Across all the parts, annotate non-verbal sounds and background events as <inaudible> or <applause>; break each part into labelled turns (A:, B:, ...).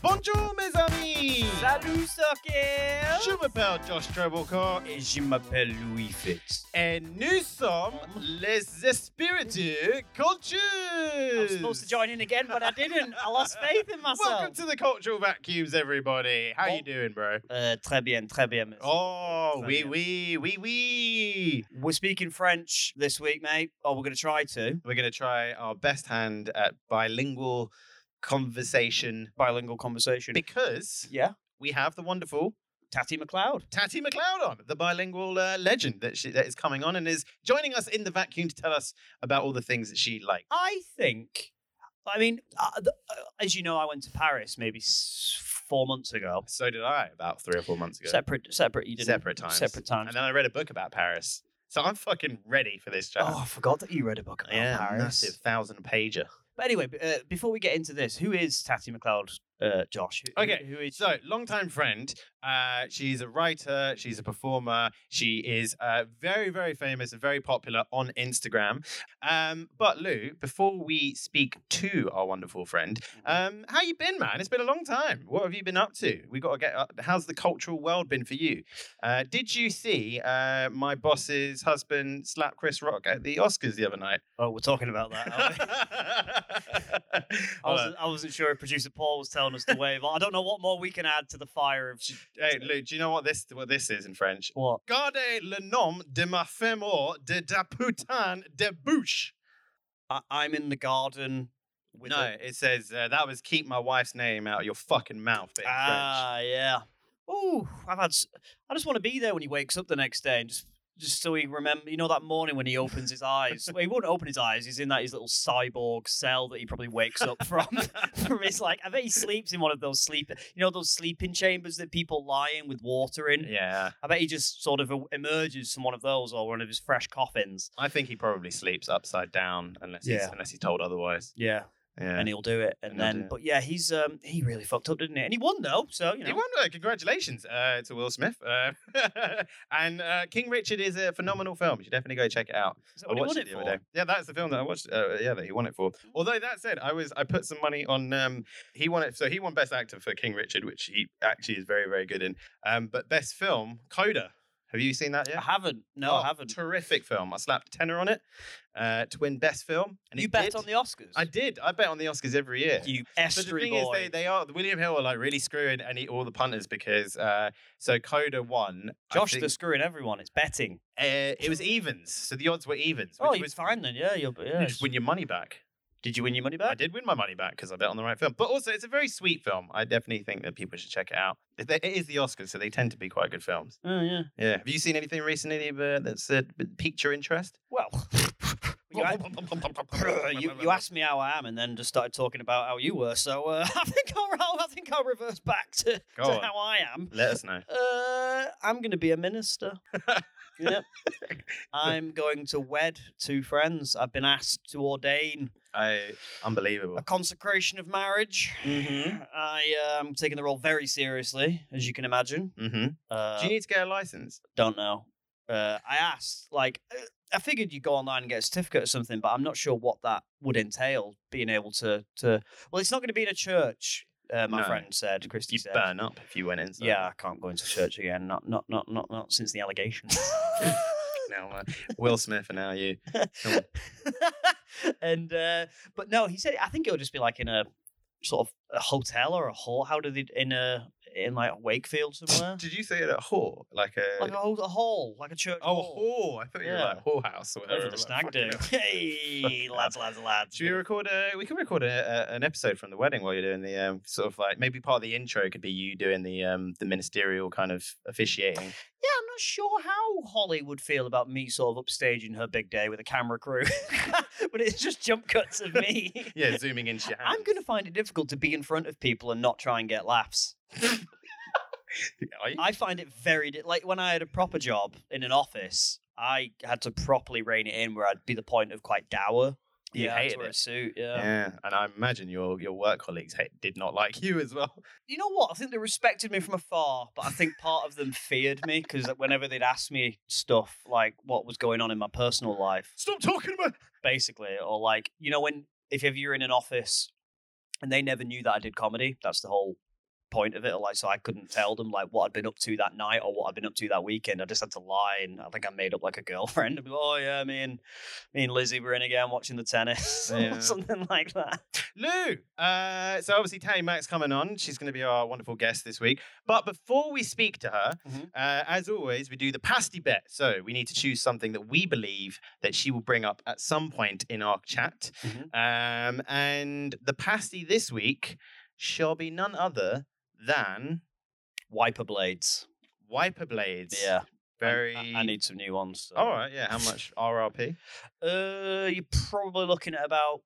A: Bonjour mes amis
B: Salut Soccer
A: Je m'appelle Josh Treblecourt
B: Et je m'appelle Louis Fitz.
A: et nous sommes les Espiritu Cultures
B: I was supposed to join in again, but I didn't. I lost faith in
A: Welcome
B: myself.
A: to the Cultural Vacuums everybody. How you
B: Oh.
A: doing bro?
B: Uh, très bien, très bien. miss.
A: Oh,
B: Bloody
A: wee
B: hell.
A: wee wee wee.
B: We're speaking French this week, mate. Or we're going to try to.
A: We're gonna try our best hand at bilingual conversation
B: Bilingual conversation.
A: because
B: yeah.
A: we have the wonderful
B: Tatty McLeod.
A: Tati McLeod on, the bilingual uh, legend that she, that is coming on and is joining us in the vacuum to tell us about all the things that she likes.
B: I think, I mean, uh, th- uh, as you know, I went to Paris maybe s- four months ago.
A: So did I about three or four months ago.
B: Separate, separate. You didn't.
A: Separate times.
B: Separate times.
A: And then I read a book about Paris. So I'm fucking ready for this chat.
B: Oh, I forgot that you read a book about
A: yeah,
B: Paris.
A: massive thousand pager.
B: But anyway, b- uh, before we get into this, who is Tatty McLeod, uh, Josh? Who-
A: Okay,
B: who is
A: So, longtime friend. Uh, she's a writer. She's a performer. She is uh, very, very famous and very popular on Instagram. Um, but Lou, before we speak to our wonderful friend,
B: Mm-hmm.
A: um, how you been, man? It's been a long time. What have you been up to? We got to get. Up. How's the cultural world been for you? Uh, did you see uh, my boss's husband slap Chris Rock at the Oscars the other night?
B: Oh, <laughs> we're talking about that. aren't we? I
A: <laughs> Hold on.
B: wasn't, I wasn't sure if producer Paul was telling us <laughs> to wave. I don't know what more we can add to the fire of <laughs>
A: Hey, Lou, do you know what this what this is in French?
B: what?
A: Gardez le nom de ma fémur de da putain de bouche.
B: I, I'm in the garden. With
A: no,
B: a-
A: it says uh, that was keep my wife's name out of your fucking mouth. But in French.
B: ah, yeah. Ooh, I've had. s- I just want to be there when he wakes up the next day and just. Just so he remember, you know, that morning when he opens his eyes. Well, he won't open his eyes. He's in that his little cyborg cell that he probably wakes up from. <laughs> from his like, I bet he sleeps in one of those sleep, you know, those sleeping chambers that people lie in with water in.
A: Yeah,
B: I bet he just sort of emerges from one of those or one of his fresh coffins.
A: I think he probably sleeps upside down unless he's,
B: Yeah.
A: unless he's told otherwise.
B: Yeah,
A: Yeah.
B: and he'll do it. And
A: And he'll do
B: then,
A: it.
B: but yeah, he's um he really fucked up, didn't he? And he won though, so you know.
A: He won. uh, Congratulations uh, to Will Smith. Uh, <laughs> and uh, King Richard is a phenomenal film. You should definitely go check it out.
B: Is that
A: I
B: what he
A: watched
B: won
A: it
B: it
A: the
B: for? Hmm.
A: other day. Yeah, that's the film that I watched. Uh, yeah, that he won it for. Although that said, I was I put some money on. Um, he won it, so he won Best Actor for King Richard, which he actually is very very good in. Um, but Best Film, Coda. Have you seen that
B: I
A: yet?
B: haven't. Ah, No,
A: Oh,
B: I haven't.
A: Terrific film. I slapped a tenner on it uh, to win Best Film. And
B: you
A: it
B: bet
A: did.
B: on the Oscars.
A: I did. I bet on the Oscars every year.
B: You
A: But the
B: estuary
A: thing is,
B: boy.
A: they, they are William Hill are like really screwing any all the punters because uh, so Coda won. I
B: Josh,
A: think-
B: they're screwing everyone. It's betting.
A: uh, it was evens, so the odds were evens.
B: Oh,
A: which
B: you
A: was
B: was fine then. Yeah, you're, yeah.
A: You just win your money back.
B: Did you win your money
A: I
B: back?
A: did win my money back because I bet on the right film. But also, it's a very sweet film. I definitely think that people should check it out. It it is the Oscars, so they tend to be quite good films.
B: Oh yeah.
A: Yeah. Have you seen anything recently uh, that's uh, b- piqued your interest?
B: Well.
A: <laughs>
B: <laughs> You, a- you, you asked me how I am, and then just started talking about how you were. So uh, <laughs> I think I'll, I'll- I think I'll reverse back to,
A: Go
B: to
A: on.
B: how I am.
A: Let us know.
B: Uh, I'm going to be a minister.
A: <laughs>
B: yep. I'm going to wed two friends. I've been asked to ordain
A: I unbelievable.
B: a consecration of marriage.
A: Mm-hmm.
B: I uh, am taking the role very seriously, as you can imagine.
A: Mm-hmm.
B: Uh,
A: Do you need to get a license?
B: don't know. Uh, I asked, like, uh, I figured you'd go online and get a certificate or something, but I'm not sure what that would entail. Being able to, to well, it's not going to be in a church. Uh, my
A: No.
B: friend said, Christy
A: You
B: said.
A: burn up if you went in.
B: Yeah, I can't go into church again. Not, not, not, not, not since the allegations.
A: Now, uh, Will Smith and now you.
B: <laughs> and uh but no he said i think it'll just be like in a sort of a hotel or a hall how do they in a in like wakefield somewhere <laughs>
A: Did you say it at whore? Like a.
B: like a, ho- a hall like a church hall.
A: oh, whore. I thought you were
B: Yeah.
A: like whore house or whatever.
B: over
A: I'm
B: the
A: like,
B: snag
A: fucking
B: do
A: hell.
B: <laughs> hey lads lads lads
A: Should we record a? We can record a, a, an episode from the wedding while you're doing the um, sort of like maybe part of the intro could be you doing the um the ministerial kind of officiating.
B: yeah i'm not sure how holly would feel about me sort of upstaging her big day with a camera crew <laughs> but it's just jump cuts of <laughs> me
A: Yeah, zooming into your hands.
B: i'm gonna find it difficult to be in front of people and not try and get laughs
A: Are you?
B: I um find it very di- like when I had a proper job in an office, I had to properly rein it in where I'd be the point of quite dour.
A: You
B: yeah,
A: hated
B: to wear
A: it.
B: a suit. Yeah.
A: Yeah, and I imagine your your work colleagues ha- did not like you as well.
B: You know what? I think they respected me from afar, but I think part of them feared me because whenever they'd ask me stuff like what was going on in my personal life,
A: Stop talking about.
B: basically, or like you know when if ever you're in an office and they never knew that I did comedy, that's the whole point of it. Like so, I couldn't tell them like what I'd been up to that night or what I'd been up to that weekend. I just had to lie, and I think I made up like a girlfriend. I'd be like, oh yeah, me and me and Lizzie were in again watching the tennis, <laughs>
A: Yeah.
B: or something like that.
A: Lou. Uh, so obviously Tammy Mack's coming on. She's going to be our wonderful guest this week. But before we speak to her,
B: Mhm.
A: uh, as always, we do the pasty bet. So we need to choose something that we believe that she will bring up at some point in our chat.
B: Mhm.
A: Um, and the pasty this week shall be none other than
B: Wiper blades.
A: wiper blades.
B: Yeah, I- I-
A: Very.
B: I, need some new ones. so-
A: All right. Yeah. How much
B: <laughs>
A: RRP?
B: Uh, you're probably looking at about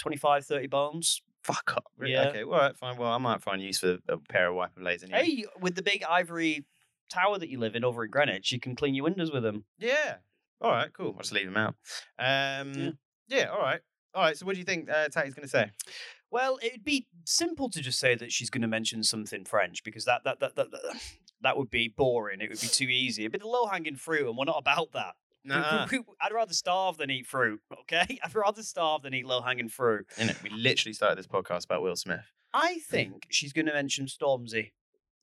B: 25, 30 bones.
A: Fuck up. Re-
B: Yeah.
A: Okay. Well, all right, fine. Well, I might find use for a pair of wiper blades anyway.
B: Hey, with the big ivory tower that you live in over in Greenwich, you can clean your windows with them.
A: Yeah. All right. Cool. I'll just leave him out. Um, yeah. All right. All right. So, what do you think uh, Tati's going to say?
B: Well, it'd be simple to just say that she's going to mention something French because that that that that. that <sighs> that would be boring. It would be too easy. A bit of low hanging fruit, and we're not about that. We- we-
A: Nuh-uh.
B: we- I'd rather starve than eat fruit, <laughs> okay? I'd rather starve than eat low hanging fruit.
A: Innit? We literally started this podcast about Will Smith.
B: I think she's going to mention Stormzy.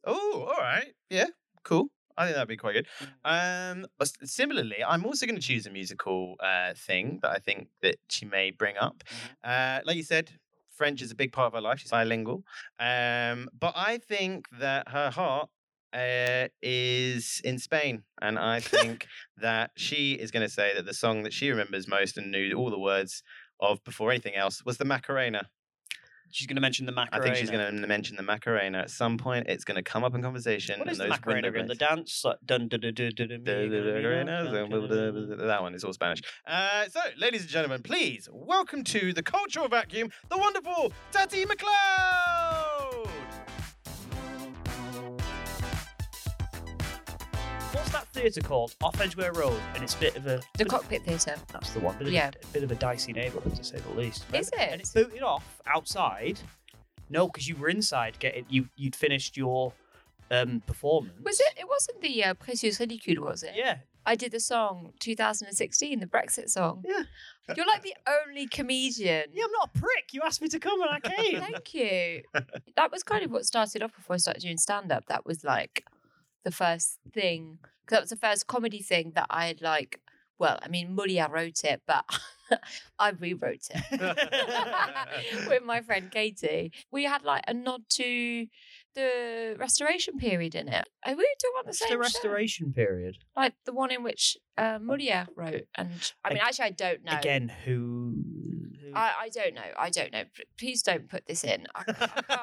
A: Oh, all right. Yeah. Cool. I think that'd be quite good. Um, but s- similarly, I'm also going to choose a musical uh, thing that I think that she may bring up. Uh, like you said, French is a big part of her life. She's bilingual. Um, but I think that her heart uh, is in Spain, and I think that she is going to say that the song that she remembers most and knew all the words of before anything else was the Macarena.
B: She's going to mention the
A: I
B: macarena.
A: think she's going to mention the Macarena at some point. It's going to come up in conversation.
B: What
A: and
B: is the
A: those
B: Macarena
A: window
B: again? The
A: blades.
B: dance? Like, dun, dun, dun, dun, dun, dun, me, gonna be now, dun, dun, dun, dun, dun.
A: That one is all Spanish. Uh, so, ladies and gentlemen, please welcome to the cultural vacuum, the wonderful Tati McLeod. <laughs>
B: What's that theatre called? Off Edgware Road, and it's a bit of a.
C: The cockpit theatre.
B: That's the one. Bit of,
C: Yeah.
B: A bit of a dicey neighbourhood, to say the least.
C: Is
B: And- And
C: it?
B: it's booted off outside. No, because you were inside. Getting you, you'd finished your um, performance.
C: Was it? It wasn't the uh, Precious Ridicule, was it?
B: Yeah.
C: I did the song 2016, the Brexit song.
B: Yeah.
C: You're like the only comedian.
B: Yeah, I'm not a prick. You asked me to come, and I came. <laughs>
C: Thank you. that was kind of what started off before I started doing stand up. That was like the first thing. 'cause that was the first comedy thing that I had like. Well, I mean, Mullier wrote it, but <laughs> I rewrote it. <laughs> with my friend Katie. We had like a nod to the restoration period in it. Are we talking about the
B: It's
C: same
B: the
C: show?
B: restoration period.
C: Like the one in which uh, Murier wrote. And I mean,
B: Ag-
C: actually, I don't know.
B: Again, who? who-
C: I, I don't know. I don't know. P- Please don't put this in. I,
B: <laughs>
C: I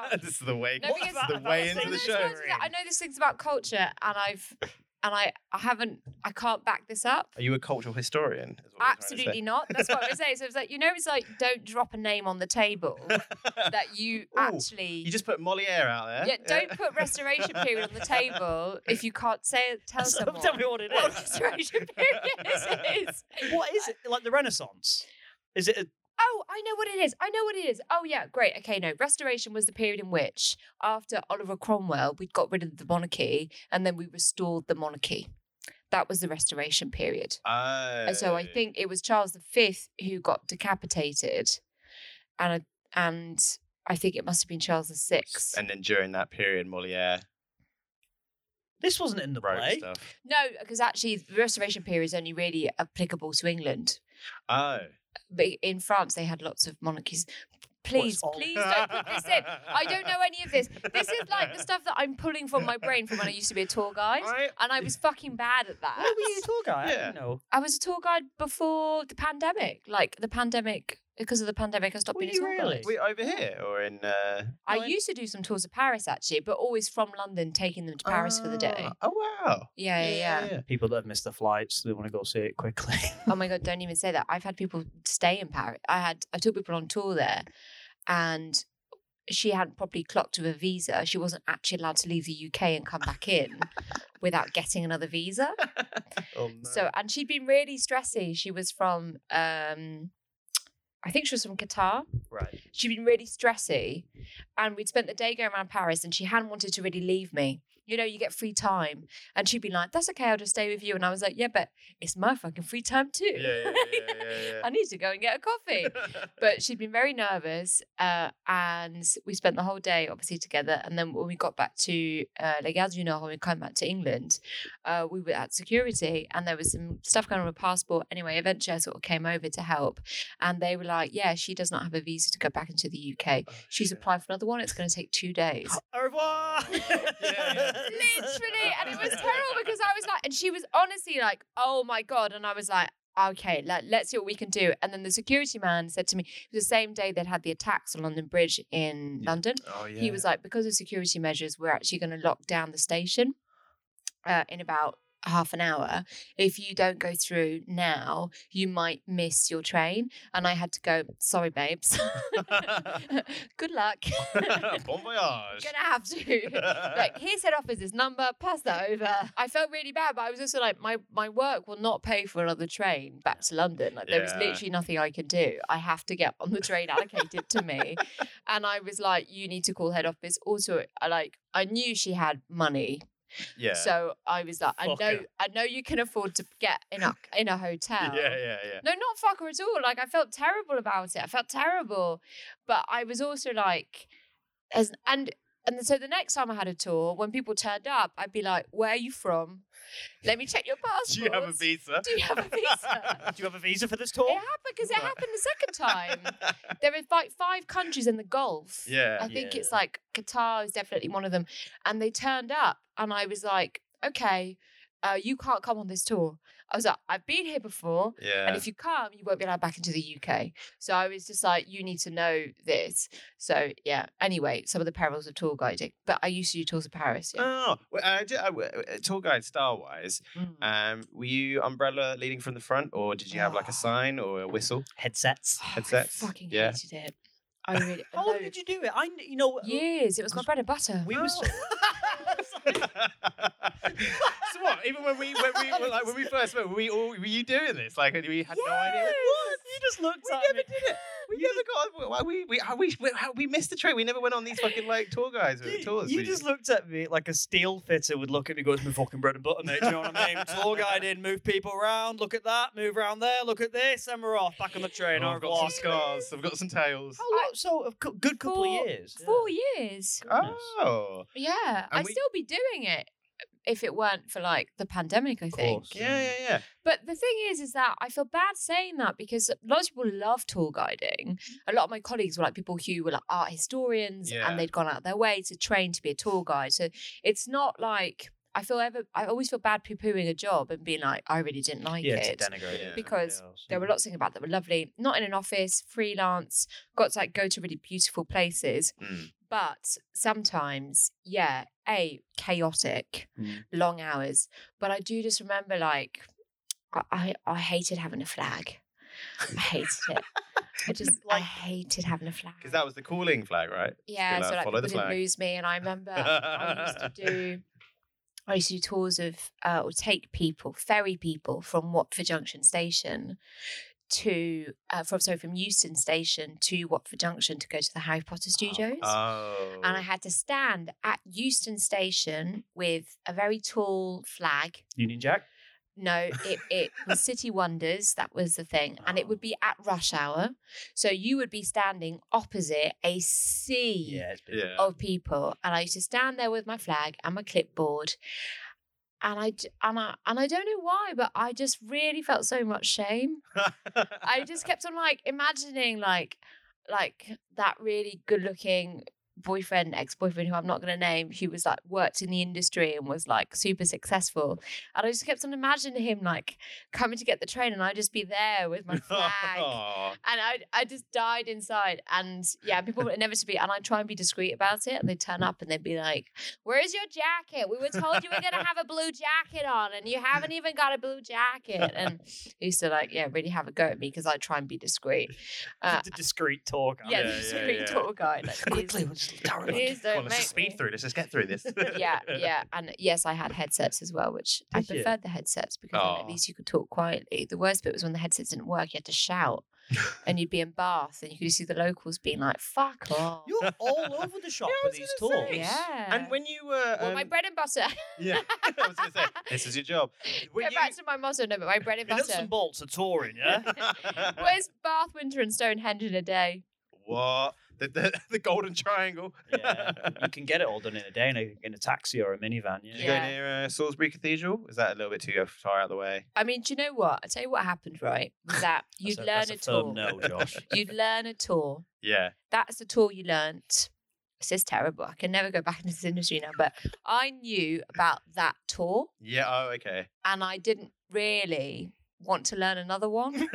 C: can't.
A: this is the way.
C: No,
B: What
C: because-
B: about-
A: the
B: about
A: way
B: the
A: into the
C: No, this
A: show.
C: one's- I
B: <laughs>
C: know this thing's about culture, and I've and I, I haven't I can't back this up.
A: Are you a cultural historian? is what I'm trying to say.
C: Absolutely not. That's
B: <laughs>
C: what I was saying. So it's like you know, it's like don't drop a name on the table that you actually
A: you just put Moliere out there. <laughs>
C: Yeah, don't put restoration period on the table if you can't say tell someone
B: Tell me what it
C: <laughs> what
B: is.
C: restoration <laughs> period is.
B: what is it? Like the Renaissance? Is it a
C: Oh, I know what it is. I know what it is. Oh yeah, great. Okay, no. Restoration was the period in which after Oliver Cromwell, we got rid of the monarchy and then we restored the monarchy. That was the restoration period.
A: Oh.
C: And so I think it was Charles V who got decapitated. And I, and I think it must have been Charles VI.
A: And then during that period, Moliere
B: This wasn't in the
A: wrote
B: play.
A: stuff.
C: No, because actually the restoration period is only really applicable to England.
A: Oh.
C: but in France they had lots of monarchies. Please,
B: all-
C: please don't put this in. I don't know any of this. This is
A: <laughs>
C: like the stuff that I'm pulling from my brain from when I used to be a tour guide,
A: I,
C: and I was fucking bad at that.
B: Why were you a tour guide?
A: Yeah.
B: I didn't know.
C: I was a tour guide before the pandemic. Like the pandemic, because of the pandemic, I stopped
B: Were
C: being a
B: you
C: tour
B: really?
C: guide.
A: we over here or in. Uh,
C: I used to do some tours of Paris actually, but always from London, taking them to Paris for the day.
A: Ah, Oh wow.
C: Yeah, yeah, yeah.
B: People that have missed their flights, they want to go see it quickly. <laughs>
C: Oh my god, don't even say that. I've had people stay in Paris. I had I took people on tour there and she hadn't properly clocked with a visa. She wasn't actually allowed to leave the UK and come
A: <laughs>
C: back in without getting another visa.
A: Oh, no.
C: So and she'd been really stressy. She was from um I think she was from Qatar.
B: Right.
C: She'd been really stressy, and we'd spent the day going around Paris, and she hadn't wanted to really leave me. You know, you get free time, and she'd be like, "That's okay, I'll just stay with you." And I was like, "Yeah, but it's my fucking free time too.
A: yeah, yeah, yeah,
C: <laughs> I need to go and get a coffee."
A: yeah.
C: but she'd been very nervous, uh, and we spent the whole day obviously together. And then when we got back to uh, Les Gardes du Nord, when we came back to England, uh, we were at security, and there was some stuff going on with passport. Anyway, eventually I sort of came over to help, and they were like, "Yeah, she does not have a visa to go back into the UK. She's applied for another one. It's going to take two days."
B: Au <laughs> revoir.
A: yeah.
C: Literally, and it
A: <laughs>
C: was terrible because I was like, and she was honestly like, "Oh my god," and I was like. Okay, let, let's see what we can do. And then the security man said to me, it was the same day they'd had the attacks on London Bridge in
A: Yeah.
C: London.
A: <laughs> Oh, yeah.
C: He was like, because of security measures, we're actually going to lock down the station uh, in about half an hour. If you don't go through now, you might miss your train. And I had to go, sorry, babes.
A: <laughs>
C: <laughs> Good luck.
A: <laughs>
C: <laughs>
A: bon voyage.
C: Gonna have to. like here's head office his number pass that over i felt really bad but i was also like my my work will not pay for another train back to london like there is
A: Yeah.
C: literally nothing i can do i have to get on the train allocated to <laughs> me and i was like you need to call head office also i like i knew she had money
A: <laughs> yeah.
C: so i was like i
B: Fuck
C: know
B: her.
C: i know you can afford to get in <laughs> a in a hotel
A: yeah, yeah,
C: <laughs>
A: yeah.
C: no, not fuck her at all. Like I felt terrible about it. I felt terrible, but I was also like, as and and so the next time I had a tour, when people turned up, I'd be like, "Where are you from? Let me check your
A: <laughs>
C: passport.
A: Do you have a visa?
C: Do you have a
A: <laughs>
C: visa? <laughs>
B: Do you have a visa for this
C: it
B: tour?
C: happened because it happened the second time. there are like five countries in the Gulf. I
A: yeah.
C: think
B: Yeah.
C: it's like Qatar is definitely one of them. And they turned up, and I was like, "Okay, uh, you can't come on this tour." I was like, "I've been here before."
A: Yeah.
C: And if you come, you won't be allowed back into the UK. So I was just like, you need to know this. So yeah. Anyway, some of the perils of tour guiding, but I used to do tours of Paris. Yeah.
A: Oh, well, uh, ju- uh, w- uh, tour guide style wise,
C: Mm.
A: um, were you umbrella leading from the front, or did you have like a
C: Ah.
A: sign or a whistle?
B: Headsets.
C: <sighs> I
A: headsets,
C: fucking
A: yeah.
B: <laughs>
C: hated it. I really.
B: How long did you do it? I, kn- you know,
C: Years. It was my bread and butter.
B: we <laughs> was.
A: <laughs> so what? Even when we when we were, like when we first met, were we all were you doing this? Like we had no idea.
B: What? You just looked
A: We
B: at
A: never
B: me.
A: did it. We never got. Why we we how we how we missed the train. We never went on these fucking like tour guides
B: You,
A: with tours.
B: you
A: with
B: just looked at me like a steel fitter would look at me, goes, "My fucking bread and butter, mate. Do you know what I mean? <laughs> Tour guide in, move people around, look at that, move around there, look at this, and we're off back on the train.
A: Oh,
B: or
A: I've got some scars. I've got some tails.
B: How long? So a cou- good couple
C: Four-
B: of years. yeah.
C: Four years.
B: Goodness.
A: Oh,
C: Yeah. I'd
A: we-
C: still be doing it if it weren't for like the pandemic. I think.
B: course.
A: yeah, yeah, yeah.
C: But the thing is, is that I feel bad saying that because lots of people love tour guiding. A lot of my colleagues were like people who were like art historians
A: Yeah.
C: and they'd gone out of their way to train to be a tour guide. So it's not like I feel ever, I always feel bad poo pooing a job and being like, I really didn't like
B: Yeah,
C: it.
B: to denigrate.
A: Yeah.
C: Because There were
B: lots.
C: lots of things about that were lovely. Not in an office, freelance, got to like go to really beautiful places.
A: Mm.
C: But sometimes, yeah, A, chaotic,
A: Mm.
C: long hours. But I do just remember like I I, I hated having a flag. I hated it. I just I
B: Like-
C: hated having a flag.
A: Because that was the calling flag, right?
C: yeah,
A: Be
C: so
A: like,
C: like
A: "Follow
C: people
A: the
C: didn't
A: flag."
C: lose me. And I remember I used to
A: <laughs>
C: do I used to do tours of uh, or take people, ferry people from Watford Junction Station to uh, from sorry from Euston Station to Watford Junction to go to the Harry
A: <gasps>
C: Potter studios.
A: Oh.
C: and I had to stand at Euston Station with a very tall flag.
B: Union Jack.
C: No, it, it
A: <laughs>
C: was City Wonders. That was the thing. And it
A: Oh.
C: would be at rush hour. So you would be standing opposite a sea
B: Yeah. It's been
A: Yeah. <laughs>
C: of people. And I used to stand there with my flag and my clipboard. And I, j- and, I, and I don't know why, but I just really felt so much shame. I just kept on like imagining like like that really good looking boyfriend, ex-boyfriend who I'm not gonna name, who was like worked in the industry and was like super successful. And I just kept on imagining him like coming to get the train and I'd just be there with my flag.
A: Aw.
C: And I, I just died inside. And yeah, people would inevitably, and I try and be discreet about it. And they turn up and they'd be like, Where's your jacket? We were told you were going to have a blue jacket on, and you haven't even got a blue jacket. And they used to like, yeah, really have a go at me because I try and be discreet. Uh,
B: a discreet talk.
C: yeah,
A: yeah,
C: the
A: yeah,
C: discreet
A: yeah.
C: tour guide. Like,
B: Quickly,
C: "Please,
B: what's Darren,
A: Come
C: Please don't
A: on, let's
C: make
A: just speed
C: me.
A: through. Let's just get through this.
C: <laughs> yeah,
B: <laughs>
C: yeah. And yes, I had headsets as well, which I
B: Did you?
C: preferred the headsets because then
A: Aw.
C: at least you could talk quietly. The worst bit was when the headsets didn't work, you had to shout. and you'd be in Bath and you could just see the locals being like, fuck
B: <laughs>
C: off. Oh,
B: You're all over the shop
A: Yeah, I
B: with
A: was
B: these
A: gonna
B: talks.
A: say.
C: yeah.
A: And when you were.
C: well, my
A: um,
C: bread and butter. <laughs>
A: yeah, <laughs> I was going to say, this is your job. Were
C: Go back to my motto, no, but my bread
B: <laughs>
C: and
B: The nuts
C: butter.
B: and bolts are touring, yeah?
A: <laughs>
C: <laughs> Where's Bath, Winter, and Stonehenge in a day?
A: what? The, the, <laughs> the golden triangle?
B: <laughs>
A: <laughs>
B: yeah. You can get it all done in a day in a, in a taxi or a minivan.
A: Did
B: Yeah.
A: you go
C: Yeah.
A: near uh, Salisbury Cathedral? Is that a little bit too uh, far out of the way?
C: I mean, do you know what? I tell you what happened, right? Was that you'd
B: that's a,
C: learn
B: that's
C: a,
B: a
C: tour.
B: firm <laughs> no, Josh.
C: You'd learn a tour.
A: Yeah.
C: That's the tour you learnt. This is terrible. I can never go back <laughs> into this industry now. But I knew about that tour
A: Yeah. Oh, okay. <laughs>
C: and I didn't really want to learn another one
A: <laughs>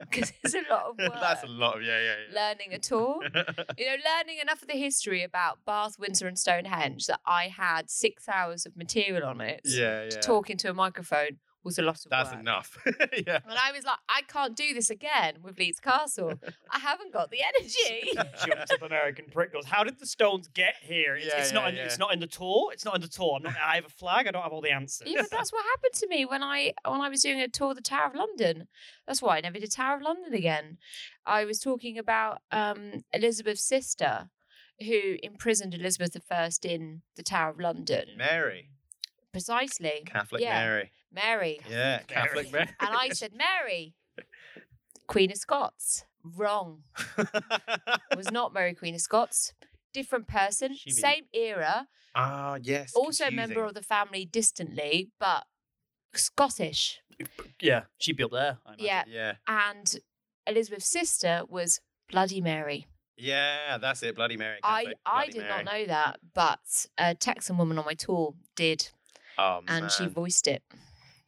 C: because it's a lot of work
A: That's a lot of, yeah, yeah,
C: learning
A: <laughs>
C: a tour.
A: yeah.
C: You know, learning enough of the history about Bath, Windsor, and Stonehenge that I had six hours of material on it
A: yeah, yeah.
C: to talk into a microphone was a lot of
A: That's
C: work.
A: enough. <laughs> yeah.
C: And I was like, I can't do this again with Leeds Castle.
A: <laughs>
C: I haven't got the energy.
B: Jumps up American prick goes, How did the stones get here? It's,
A: Yeah,
B: it's not
A: yeah,
B: in,
A: yeah.
B: it's not in the tour. It's not in the tour. I'm not I have a flag, I don't have all the answers.
C: Even that's what happened to me when I when I was doing a tour of the Tower of London. That's why I never did Tower of London again. I was talking about um, Elizabeth's sister, who imprisoned Elizabeth I in the Tower of London.
A: Mary.
C: Precisely,
A: Catholic
C: Yeah.
A: Mary.
C: Mary.
A: Yeah.
B: Mary.
A: Catholic Mary.
C: And I said, Mary, Queen of Scots. Wrong. <laughs> Was not Mary Queen of Scots. Different person,
B: She be-
C: same era,
A: <laughs> Ah, yes.
C: also a member of the family distantly, but Scottish.
B: <laughs> Yeah, she'd be up there. I imagine.
C: Yeah.
A: Yeah.
C: and Elizabeth's sister was Bloody Mary.
A: Yeah, that's it. Bloody Mary.
C: I,
A: Catholic
C: I
A: Bloody
C: did
A: Mary.
C: not know that, but a Texan woman on my tour did,
A: Oh,
C: and she
A: man.
C: voiced it.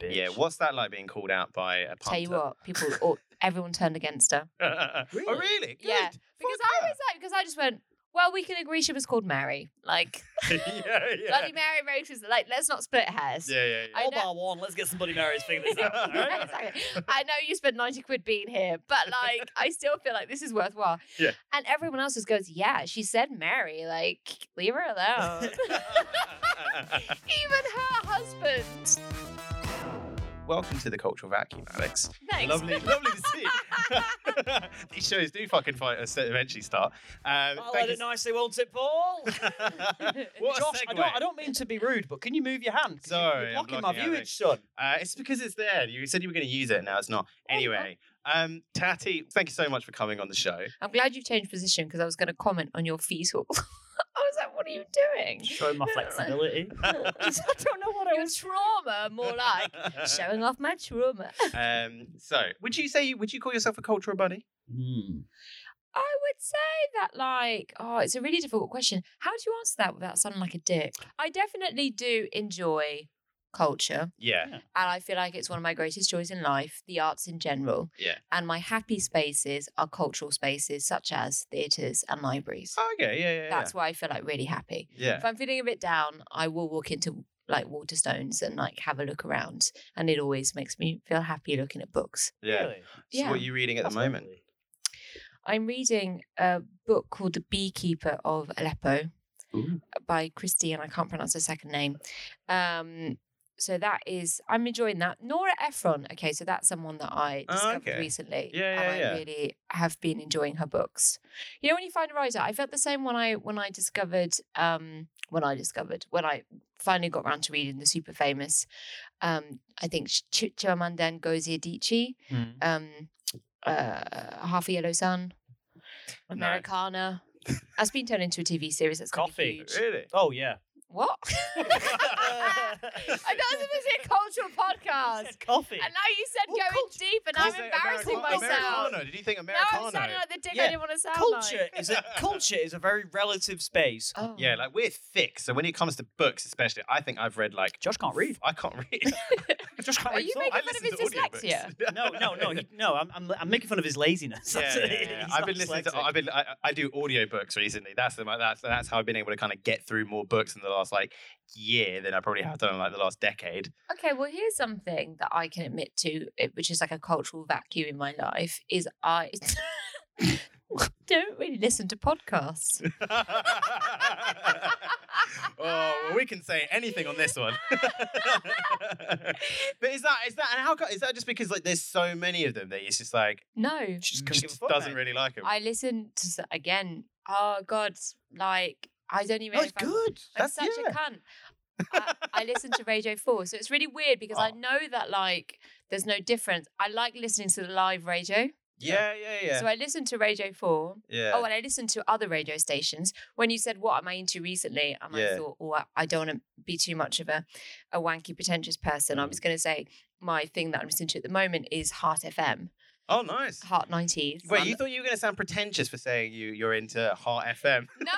B: Bitch.
A: Yeah, what's that like being called out by a Oh, punter?
C: Tell you what, people,
A: <laughs>
C: all, everyone turned against her
A: Oh,
B: <laughs> Really? <laughs>
A: really? Good.
C: Yeah, because
A: Fuck
C: I was like, because I just went, well, we can agree she was called Mary, like
A: yeah, <laughs>
B: <laughs>
A: yeah.
C: Bloody Mary, Mary Susan. Like, let's not split hairs. <laughs>
A: Yeah, yeah, yeah.
C: I
B: All
C: know-
B: bar one, let's get somebody Mary's figure this
A: <laughs>
B: out. all
C: Yeah,
B: right?
C: exactly. I know you spent 90 quid being here, but like, I still feel like this is worthwhile.
A: Yeah.
C: And everyone else just goes, yeah, she said Mary. Like,
A: <laughs>
C: leave her alone. <laughs> Even her husband.
A: Welcome to the cultural vacuum, Alex.
C: Thanks.
A: Lovely, lovely to see.
C: <laughs>
A: you. <laughs> These shows do fucking fight us eventually start. Um,
B: I'll
A: thank
B: let
A: you
B: it nicely, won't
A: <laughs>
B: it, Paul?
A: what a
B: Josh, I don't,
A: segue.
B: I don't mean to be rude, but can you move your hand? 'Cause you-
A: Sorry, I'm
B: you're blocking my
A: blocking everything.
B: viewage, son. <laughs>
A: Uh, it's because it's there. You said you were going to use it. Now it's not.
C: Oh, yeah.
A: Anyway, um, Tati, thank you so much for coming on the show.
C: I'm glad you've changed position because I was going to comment on your fetal. <laughs> I was like, what are you
B: <laughs>
C: doing?
B: Showing my
C: flexibility.
B: <laughs> I don't know what I
C: Your
B: was.
C: trauma, more like. Showing off my trauma.
A: <laughs> Um, so, would you say would you call yourself a cultural buddy?
B: Hmm.
C: I would say that, like, oh, it's a really difficult question. How do you answer that without sounding like a dick? I definitely do enjoy culture,
A: Yeah,
C: and I feel like it's one of my greatest joys in life, the arts in general.
A: Yeah.
C: And my happy spaces are cultural spaces such as theatres and libraries.
A: Oh, okay, yeah, yeah, yeah.
C: That's why I feel like really happy.
A: yeah.
C: If I'm feeling a bit down, I will walk into like Waterstones and like have a look around, and it always makes me feel happy looking at books.
A: yeah.
B: Really?
A: So
C: Yeah.
A: what are you reading at
B: That's
A: the moment?
B: lovely.
C: I'm reading a book called The Beekeeper of Aleppo
A: Ooh.
C: by Christie, and I can't pronounce her second name. Um, so that is, I'm enjoying that. Nora Ephron. Okay, so that's someone that I
A: Oh,
C: discovered
A: okay.
C: recently.
A: Yeah, yeah,
C: and I
A: yeah.
C: really have been enjoying her books. You know, when you find a writer, I felt the same when I when I discovered um, when I discovered when I finally got round to reading the super famous. Um, I think Ch- Ch- Chimamanda Ngozi Adichie
B: Mm.
C: um, uh, Half a Yellow Sun,
A: No.
B: <laughs>
C: Americana. That's been turned into a TV series. That's gonna be
B: Coffee.
C: huge.
A: Really?
B: Oh <laughs> yeah.
C: What? <laughs> I thought it was supposed to be a cultural
B: You
C: podcast.
B: said Coffee.
C: And now you said
B: Well, uh,
C: going
B: cult-
C: deep, and
A: Is
C: I'm
A: it
C: embarrassing
A: Americano?
C: myself.
A: Americano. Did you think
C: Now
A: Americano?
C: I'm sounding like the dick I
B: Yeah.
C: didn't want to sound
B: culture
C: like.
B: is <laughs> a culture is a very relative space.
C: Oh.
A: yeah, like we're thick. So when it comes to books, especially, I think I've read like
B: Josh can't read.
A: I can't
C: <laughs>
A: read.
B: Josh can't
C: Are
B: read.
C: you
B: at all.
C: making
A: I
C: fun of
A: listen
C: his
A: to audiobooks. <laughs>
B: no, no, no, he, no. I'm, I'm, I'm making fun of his laziness.
A: Yeah,
B: That's
A: yeah,
B: it.
A: yeah, yeah.
B: <laughs> He's
A: I've
B: not
A: been listening to.
B: dyslexic.
A: I've been. I, I do audiobooks recently. That's the. That's that's how I've been able to kind of get through more books in the last like year than I probably have done in like the last decade.
C: Okay, well, here's something that I eh, can admit to, it- which is like a cultural vacuum in my life, is I <laughs> don't really listen to podcasts.
A: oh, <laughs> well, we can say anything on this one. <laughs> but is that is that and how co- is that just because like there's so many of them that it's just like <laughs>
C: No,
B: She just couldn't
A: just
B: give a fuck,
A: doesn't
B: mate.
A: really like them.
C: I listened to s- again. Oh God, like I don't even.
B: No, Oh,
C: know
B: it's
C: if I'm-
B: good.
C: I'm
A: That's-
C: such
A: yeah.
C: a cunt.
A: <laughs>
C: I, I listen to Radio 4. So it's really weird because I
A: Oh.
C: know that like there's no difference. I like listening to the live radio.
A: yeah, yeah, yeah.
C: So I listen to Radio 4.
A: yeah.
C: Oh, and I listen to other radio stations. When you said, What am I into recently? And
A: Yeah.
C: I thought, Oh, I- I don't want to be too much of a, a wanky, pretentious person. I
A: Mm-hmm.
C: was going to say, My thing that I'm listening to at the moment is Heart FM,
A: oh, nice.
C: Heart 90s.
A: Wait,
C: And-
A: you thought you were going to sound pretentious for saying you you're into Heart FM?
C: no,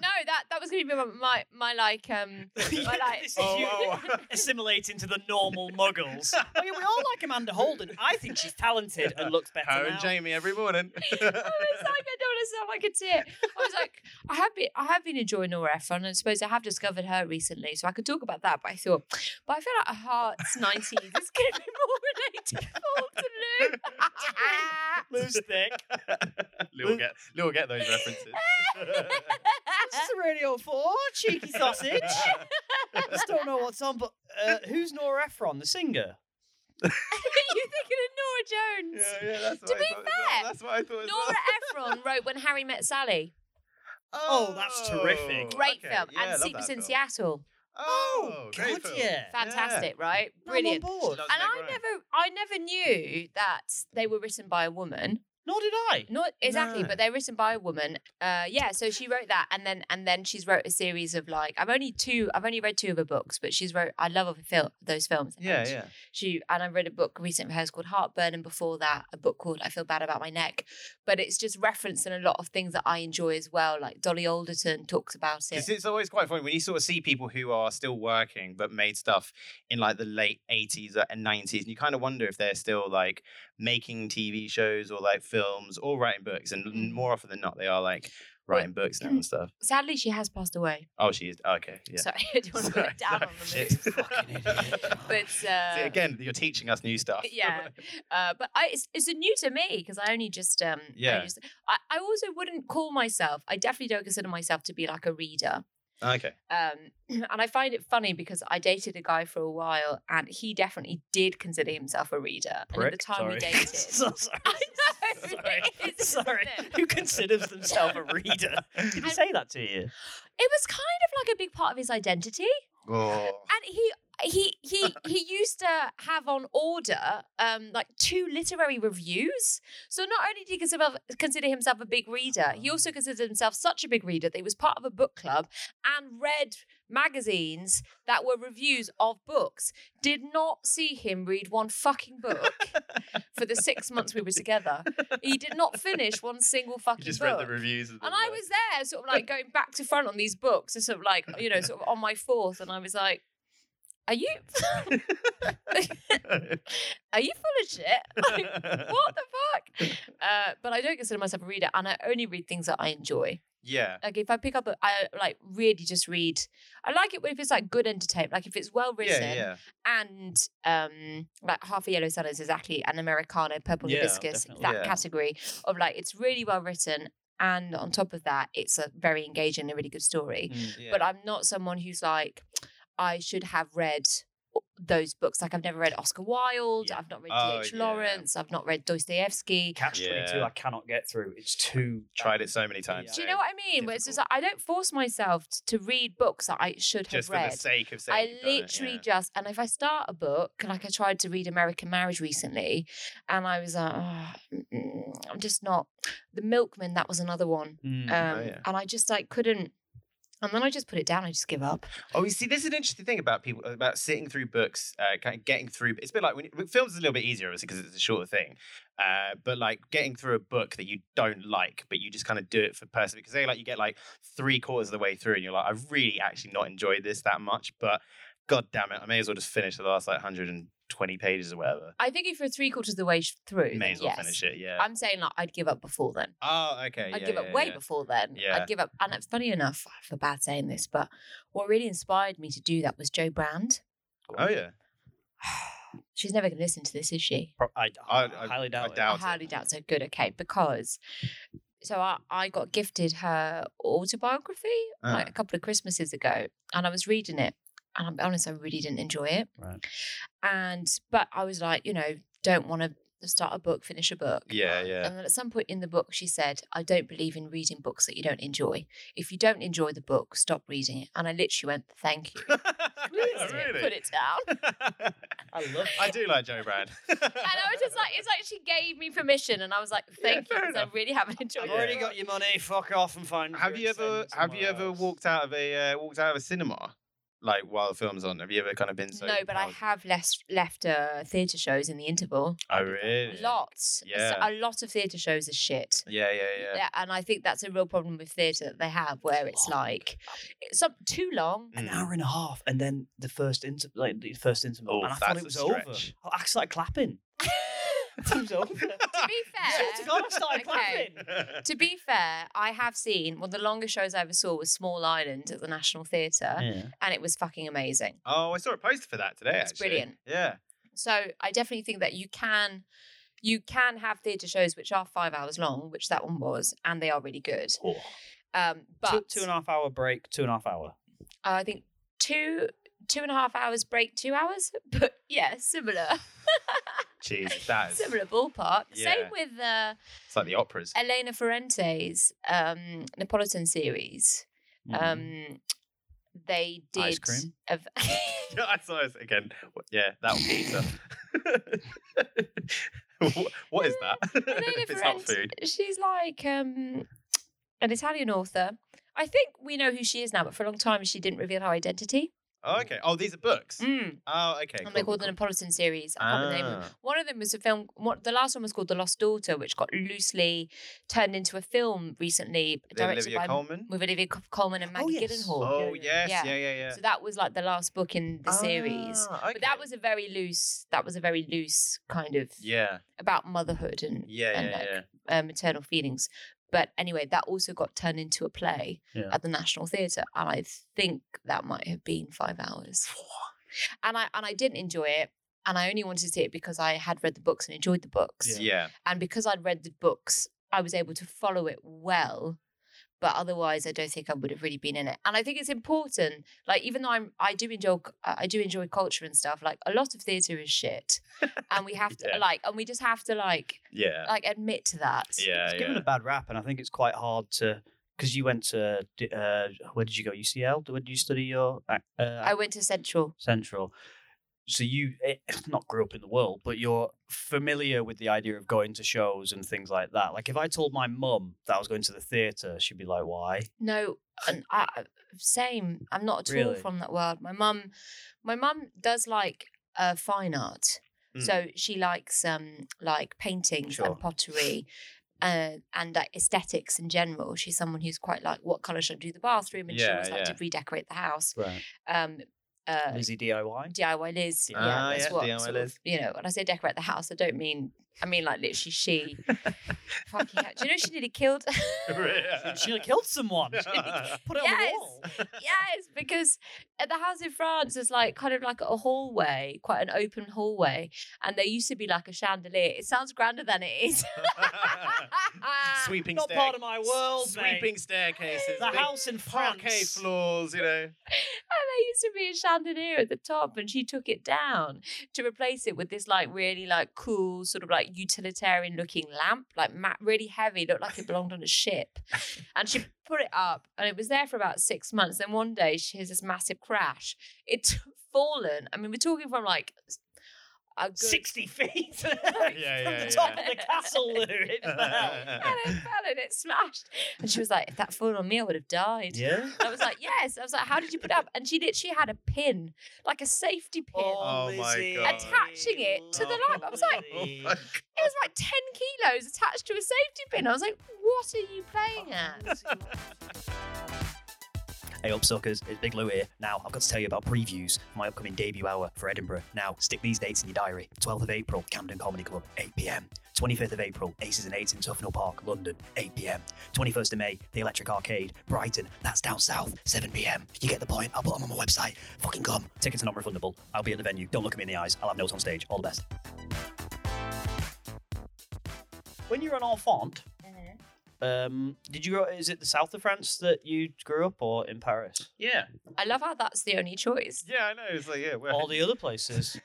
C: no, that, that was going to be my, my, my like, um,
B: <laughs>
C: my like,
B: This
A: <laughs>
B: is
A: Oh,
B: you.
A: oh, <laughs> oh.
B: Assimilating to the <laughs> normal muggles. I mean, Oh, we all like Amanda Holden. I think she's talented and looks better.
A: Her
B: now.
A: and Jamie every <laughs> morning.
C: <laughs> I was like, I don't want to sound like a tit. I was like, I have been, I have been enjoying Nora Ephron, and I suppose I have discovered her recently, so I could talk about that. But I thought, but I feel like a heart's nineties is going to be more relatable
A: <laughs>
C: to Lou.
B: Lou's
C: <laughs>
B: thick.
A: Lou will get Lou will get those <laughs> references.
B: This is Radio 4, cheeky sausage. I just don't know what's on, but uh, who's Nora Ephron, the singer?
C: <laughs> you thinking of Nora Jones?
A: yeah, that's
C: To be
A: I thought as well.
C: fair,
A: that's what I thought. as well.
C: Nora Ephron wrote When Harry
A: <laughs>
C: Met Sally.
B: Oh, that's terrific.
C: Great
A: okay,
C: film.
A: yeah, I love
C: and Secrets
A: that
C: in
A: film.
C: Seattle.
A: Oh,
B: Oh,
A: great
B: God,
A: film.
B: yeah.
C: Fantastic, right?
B: No, I'm on
C: Brilliant.
B: board.
A: Loves
C: And
A: Meg
C: I
A: Ryan.
C: never I never knew that they were written by a woman.
B: Nor did I.
C: Not exactly,
A: No.
C: but they're written by a woman. Uh, yeah, so she wrote that, and then and then she's wrote a series of like I've only two I've only read two of her books, but she's wrote I love her fil- those films.
A: Yeah,
C: and
A: yeah.
C: She and I read a book recently of hers called Heartburn, and before that a book called I Feel Bad About My Neck. But it's just referencing a lot of things that I enjoy as well. Like Dolly Alderton talks about it.
A: Because it's always quite funny when you sort of see people who are still working but made stuff in like the late 80s and 90s, and you kind of wonder if they're still like making TV shows or like films or writing books. And
C: Mm.
A: more often than not, they are like writing books now and stuff.
C: Sadly, she has passed away.
A: Oh, she is. Okay. Yeah. <laughs>
C: Sorry, <laughs> I don't want to put it down
A: Sorry,
C: on the
A: sorry.
C: mood.
A: <laughs>
B: Fucking idiot.
C: But uh,
A: See, again, you're teaching us new stuff.
C: <laughs>
B: <laughs>
C: yeah uh, but I, it's, it's new to me because i only just um I
A: Yeah.
C: just- I, I also wouldn't call myself i definitely don't consider myself to be like a reader
A: <laughs> okay.
C: um <clears throat> and i find it funny because i dated a guy for a while and he definitely did consider himself a reader and at the
A: Prick.
C: time we
B: Sorry. <laughs>
C: dated <laughs>
B: so sorry.
C: I know, <laughs>
B: Sorry.
C: it is, isn't
B: sorry.
C: it?
B: Who considers themselves a reader? Did he
C: And-
B: say that to you?
C: it was kind of like a big part of his identity
A: Oh.
C: and he he he he used to have on order um like two literary reviews so not only did he consider, consider himself a big reader
A: Oh.
C: he also considered himself such a big reader that he was part of a book club and read magazines that were reviews of books did not see him read one fucking
A: <laughs>
C: book for the six months we were together he did not finish one single
A: You
C: fucking
A: just
C: book
A: read the reviews.
C: and I was there, sort of like going back to front on these books, and sort of like, you know, sort of on my fourth. And I was like, Are you
A: <laughs>
C: are you full of shit? <laughs> Like, what the fuck? Uh, but I don't consider myself a reader, and I only read things that I enjoy.
A: Yeah.
C: Like if I pick up, a, I like really just read. I like it if it's like good entertainment, like if it's well written,
A: Yeah, yeah.
C: and um like half a yellow sun is exactly an americano purple
B: Yeah,
C: hibiscus
B: definitely.
C: that
A: Yeah.
C: category of like it's really well written and on top of that it's a very engaging and really good story
A: yeah.
C: but i'm not someone who's like i should have read those books like i've never read oscar wilde
B: Yeah.
C: i've not read
A: Oh,
C: dh
A: yeah.
C: lawrence i've not read dostoevsky
B: Catch 22,
A: Yeah.
B: I cannot get through. It's too.
A: tried it so many times.
B: Yeah.
C: do you know what i mean Where it's just
A: difficult.
C: like i don't force myself t- to read books that i should have
A: Just for
C: read
A: the sake of saying.
C: I
A: you've done it,
C: literally
A: yeah.
C: just, and if I start a book, like I tried to read American Marriage recently, and I was like, "Ah, mm, mm, I'm just not. The Milkman, that was another one.
B: Mm.
C: Um,
A: oh, yeah.
C: And I just like couldn't. And then I just put it down. I just give up.
A: Oh, you see, this is an interesting thing about people about sitting through books, uh, kind of getting through. It's a bit like when with films is a little bit easier, obviously, because it's a shorter thing. Uh, but like getting through a book that you don't like, but you just kind of do it for person because they like you get like three quarters of the way through, and you're like, I've really actually not enjoyed this that much, but god damn it, I may as well just finish the last like 120 pages or whatever.
C: I think if you're three quarters of the way sh- through,
A: May
C: then
A: as well
C: yes.
A: finish it, yeah.
C: I'm saying like I'd give up before then.
A: oh, okay.
C: I'd
A: yeah,
C: give up
A: yeah,
C: way
A: yeah.
C: before then.
A: Yeah.
C: I'd give up. And it's funny enough, I feel bad saying this, but what really inspired me to do that was Joe Brand.
A: Oh yeah.
C: She's never going to listen to this, is she?
B: Pro- I,
A: I-
B: I,
A: I-
B: highly doubt
A: I
B: it.
A: doubt-
C: I highly doubt so. Good, okay, because so I, I got gifted her autobiography
A: Ah.
C: like a couple of Christmases ago, and I was reading it. And I'm honest, I really didn't enjoy it.
B: Right.
C: And but I was like, you know, don't want to start a book, finish a book.
A: Yeah, yeah.
C: And then at some point in the book, she said, I don't believe in reading books that you don't enjoy. If you don't enjoy the book, stop reading it. And I literally went,
A: <laughs>
C: Thank you. <laughs>
A: Oh,
C: Put it down.
B: I love
A: I do like Joe Brand. and
C: <laughs> And I was just like, it's like she gave me permission, and I have
A: Yeah,
C: like, thank
A: fair
C: you, because
A: enough.
C: I really haven't <laughs> enjoyed.
B: I've
A: Yeah.
B: already got your money. Fuck off and find.
A: have
B: your
A: you ever
B: extended
A: have you
B: somewhere
A: ever
B: else.
A: walked out of a uh, walked out of a cinema like while the film's on? Have you ever kind of been so?
C: no, but I
A: compelled?
C: have left left uh, theatre shows in the interval.
A: Oh really?
C: Lots, So
A: Yeah.
C: a lot of theatre shows are shit.
A: Yeah, yeah, yeah.
C: Yeah, and I think that's a real problem with theatre that they have, where it's
B: Long.
C: like it's up too long. <laughs>
B: An
A: Mm.
B: hour and a half, and then the first inter- like the first interval,
A: Oh,
B: and I thought
A: that's
B: it was
A: a
B: over.
A: stretch.
B: I I started clapping. it was over.
A: <laughs>
B: <laughs>
C: to be
B: Swear to
C: fair,
B: God, I started
C: Okay.
B: clapping.
C: to be fair, I have seen one of the longest shows I ever saw was Small Island at the National Theatre, and it was fucking amazing.
A: oh, I saw a poster for that today.
C: It's
A: actually.
C: brilliant.
A: Yeah.
C: So I definitely think that you can you can have theatre shows which are five hours long, which that one was, and they are really good.
A: Oh.
C: Um, but
B: Two, two and a half hour break, two and a half hour.
C: uh, I think two two and a half hours break, two hours, <laughs> but yeah, similar <laughs>
A: Jesus, that is
C: similar ballpark. Same
A: Yeah.
C: with uh,
A: it's like the operas.
C: Elena Ferrente's um, Neapolitan series.
B: Mm-hmm.
C: Um, they did
B: Ice cream?
C: Of- <laughs>
B: <laughs>
A: Yeah, <laughs> I saw it again. Wh- Yeah, that was pizza. <laughs> Wh- what is
C: <laughs>
A: that?
C: Elena
A: <laughs> if it's not
C: Ferrante-
A: food.
C: She's like um, an Italian author. I think we know who she is now, but for a long time she didn't reveal her identity.
A: Oh, okay. Oh, these are books.
C: Mm.
A: Oh, okay.
C: and they
A: cool, cool,
C: called the
A: cool.
C: Napolitan series. I can't remember the name. of them.
A: Ah.
C: One of them was a film. What the last one was called The Lost Daughter, which got loosely turned into a film recently,
A: The
C: directed
A: Olivia
C: by
A: Colman.
C: with Olivia C- Coleman and
B: Oh,
C: Maggie
B: yes.
C: Gyllenhaal.
A: Oh
B: Yeah,
A: yes,
C: yeah.
A: yeah, yeah, yeah.
C: So that was like the last book in the series.
A: Ah,
C: But that
A: okay.
C: was a very loose. That was a very loose kind of
A: yeah,
C: about motherhood and
A: yeah,
C: and
A: yeah,
C: like,
A: yeah.
C: uh, maternal feelings. But anyway, that also got turned into a play
B: Yeah.
C: at the National Theatre, and I think that might have been five hours. And I and I didn't enjoy it, and I only wanted to see it because I had read the books and enjoyed the books,
A: yeah.
C: and because I'd read the books, I was able to follow it well. But otherwise, I don't think I would have really been in it. And I think it's important. Like, even though I'm, I do enjoy, I do enjoy culture and stuff. Like, a lot of theatre is shit, and we have
A: <laughs>
C: to
A: Yeah.
C: like, and we just have to like,
A: Yeah.
C: like admit to that.
A: <laughs> Yeah,
B: it's given
A: yeah.
B: a bad rap, and I think it's quite hard to because you went to d- uh, where did you go? UCL? Where did you study your ac- uh,
C: I went to Central.
B: Central? So you eh, <laughs> not grew up in the world, but you're familiar with the idea of going to shows and things like that. Like if I told my mum that I was going to the theatre, she'd be like, "Why?"
C: No, and I, I- same. I'm not at all
B: Really?
C: from that world. My mum, my mum does like uh, fine art,
A: Mm.
C: so she likes um like paintings
B: Sure.
C: and pottery. Uh, and like aesthetics in general, she's someone who's quite like, what color should I do the bathroom? And she
A: Yeah,
C: always like
A: yeah.
C: to redecorate the house.
B: Right.
C: Um, uh,
B: Lizzie DIY.
C: DIY Liz. Yeah,
A: Ah,
C: that's
A: yeah,
C: what.
A: DIY
C: sort
A: Liz.
C: of- you know, when I say decorate the house, I don't mean. I mean like literally
A: <laughs>
C: she. fucking. Hell. Do you know she nearly killed?
B: <laughs>
A: <laughs>
B: She killed someone. She Put it
C: Yes.
B: on the wall.
C: yes, because at the house in France is like kind of like a hallway, quite an open hallway, and there used to be like a chandelier. It sounds grander than it is. <laughs>
A: Sweeping
B: Not
A: stair-
B: part of my world, mate.
A: Sweeping staircases.
B: The
A: big
B: house in France.
A: Parquet floors, you know.
C: And there used to be a chandelier at the top, and she took it down to replace it with this like really like cool sort of like utilitarian looking lamp, like ma- really heavy, looked like it belonged on a ship. And she put it up, and it was there for about six months. Then one day she hears this massive crash. It's <laughs> fallen. I mean, we're talking from like a good <laughs>
B: 60 feet from
A: <laughs> yeah,
B: the
A: yeah.
B: top of the
A: <laughs>
B: castle, Lou. It fell.
C: and it fell and it smashed. And she was like, if that fallen on me, I would have died.
B: Yeah.
C: I was like, yes. I was like, how did you put it up? And she literally had a pin, like a safety pin.
A: Oh my
B: Lizzie.
A: God.
C: Attaching it to the lamp. I was like-
A: <laughs> Oh
B: Lizzie.
A: my
C: It was like 10 kilos attached to a safety pin. I was like, what are you playing at? <laughs>
B: Hey up suckers, it's Big Lou here. Now I've got to tell you about previews for my upcoming debut hour for Edinburgh. Now stick these dates in your diary. 12th of April, Camden Comedy Club, 8pm. 25th of April, Aces and Eights in Tufnell Park, London, 8pm. 21st of May, The Electric Arcade, Brighton, that's down south, 7pm. You get the point, I'll put them on my website. Fucking come. Tickets are not refundable. I'll be at the venue. Don't look at me in the eyes. I'll have notes on stage. All the best. When you're an enfant, Um, did you grow? Is it the south of France that you grew up, or in Paris?
A: Yeah.
C: I love how that's the only choice.
A: Yeah, I know. It's like, yeah, well. <laughs>
B: All the other
C: <laughs>
B: places,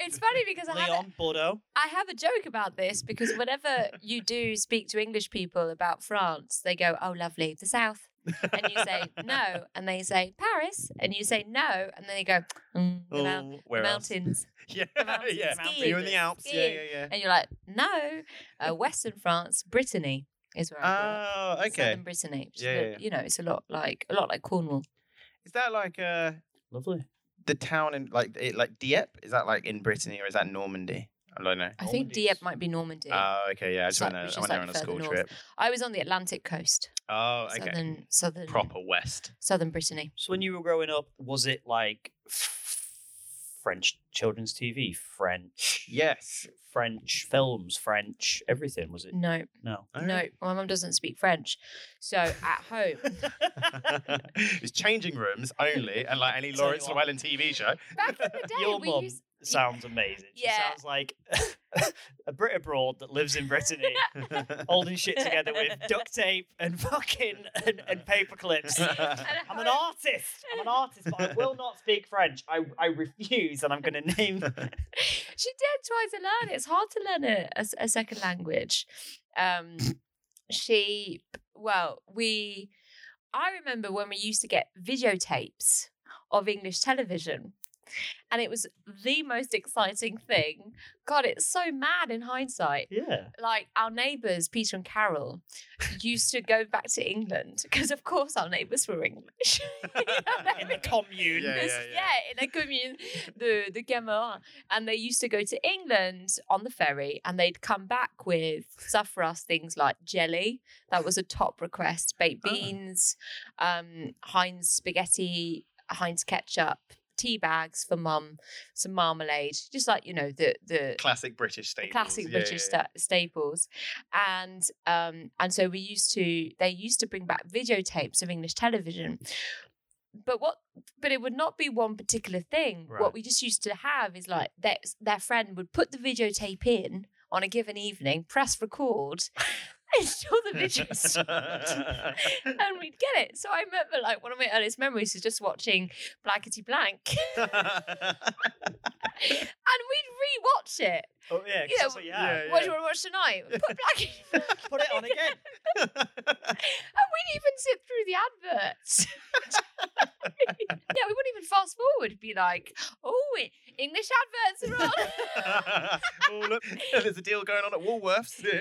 C: It's funny because I have, a,
B: Leon, Bordeaux.
C: I have a joke about this because whenever you do speak to English people about France, they go, "Oh, lovely, the south," and
A: <laughs>
C: you say no, and they say Paris, and you say no, and then they go, mm, the mou-
A: Oh, where else?
C: mountains,
A: <laughs> Yeah,
B: <laughs>
C: The mountains,
A: yeah.
C: skiing,
A: You're in the Alps. Yeah, yeah,
C: skiing.
A: yeah.
C: and you're like, "No, uh, Western France, Brittany is where I grew up."
A: Oh, okay.
C: Southern Brittany, which is
A: Yeah,
C: a-
A: yeah, yeah.
C: you know, it's a lot like a lot like Cornwall.
A: Is that like uh
B: Lovely.
A: the town in like it, like Dieppe? Is that like in Brittany or is that Normandy? I don't know.
C: I think
B: Normandy is- Ah,
C: Dieppe might be Normandy.
A: Oh, okay, yeah. I just
C: So-
A: went there. I
C: which is,
A: went there
C: like,
A: on a
C: further
A: school
C: north.
A: trip.
C: I was on the Atlantic coast,
A: Oh, okay.
C: southern southern
A: Proper West.
C: southern Brittany.
B: So when you were growing up, was it like f- French children's TV, French,
A: Yes.
B: French films, French everything? Was it?
C: No,
B: No. <laughs>
C: <laughs> no, my mum doesn't speak French, so at home.
A: <laughs> it's changing rooms only, and like
C: <laughs>
A: any
B: Tell you
A: Lawrence
B: what.
A: Llewellyn TV show.
C: Back in
B: <laughs>
C: the day,
B: Your
C: we
B: mum
C: used
B: sounds amazing. She
C: Yeah.
B: sounds like <laughs> a Brit abroad that lives in
C: <laughs>
B: Brittany, holding shit together with duct tape and fucking and, and paper
C: <laughs>
B: clips.
C: at
B: I'm an
C: home- <laughs>
B: artist. I'm an artist, but I will not speak French. I, I refuse, and I'm going to name.
C: she did try to learn it. It's hard to learn a, a s- a second language.
B: <laughs>
C: Um, she, well, we, I remember when we used to get videotapes of English television. And it was the most exciting thing. God, it's so mad in hindsight.
B: Yeah.
C: Like our neighbours, Peter and Carol, used to go back to England because, of course, our neighbours were English.
B: In the commune.
C: <laughs>
A: Yeah,
C: Because,
A: yeah.
C: in a commune, the the Gamorin, and they used to go to England on the ferry, and they'd come back with stuff for us, things like jelly. That was a top request. Baked
A: Ah.
C: beans, um, Heinz spaghetti, Heinz ketchup, tea bags for mum, some marmalade, just like you know the the
A: <laughs> Classic British
C: the
A: staples.
C: classic
A: yeah,
C: British
A: yeah, yeah.
C: sta- staples, and um, and so we used to they used to bring back videotapes of English television, but what but it would not be one particular thing.
A: Right.
C: What we just used to have is like their their friend would put the videotape in on a given evening, press record, <laughs> install
A: <laughs>
C: the videos
B: Oh,
C: and we'd get it. So I remember like one of my earliest memories is just watching Blankety Blank <laughs> and we'd re-watch it.
B: Oh, yeah. 'cause
C: Yeah,
B: that's what you had.
A: Yeah,
C: What do you want to watch tonight? Put Blankety
A: <laughs>
C: Blank
B: Put it on again.
C: And we'd even sit through the adverts. <laughs> yeah, we wouldn't even fast forward. Be like, oh, e- English adverts are on.
A: <laughs>
B: <laughs>
A: oh, look, there's a deal going on at Woolworths.
C: <laughs> yeah,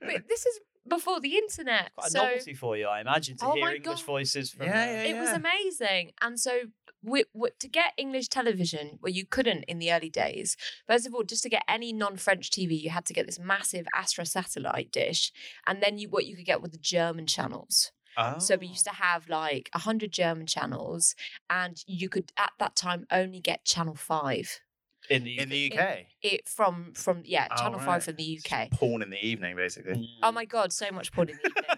C: but this is before the internet,
B: <laughs> Quite a
C: so
B: novelty for you, I imagine, to
C: Oh
B: hear
C: my
B: English
C: God.
B: voices from.
A: Yeah,
B: uh,
A: yeah,
C: it was
A: yeah.
C: amazing. And so, we, w to get English television, where you couldn't in the early days, first of all, just to get any non-French TV, you had to get this massive Astra satellite dish, and then you what you could get were the German channels. So
A: Oh.
C: we used to have like 100 German channels, and you could at that time only get Channel 5.
B: In the. <laughs>
A: in the UK.
C: It from from yeah,
A: Oh,
C: Channel
A: right.
C: 5 from the
A: It's just
C: UK.
A: Porn in the evening, basically. <laughs>
C: Oh my god, so much porn in the evening.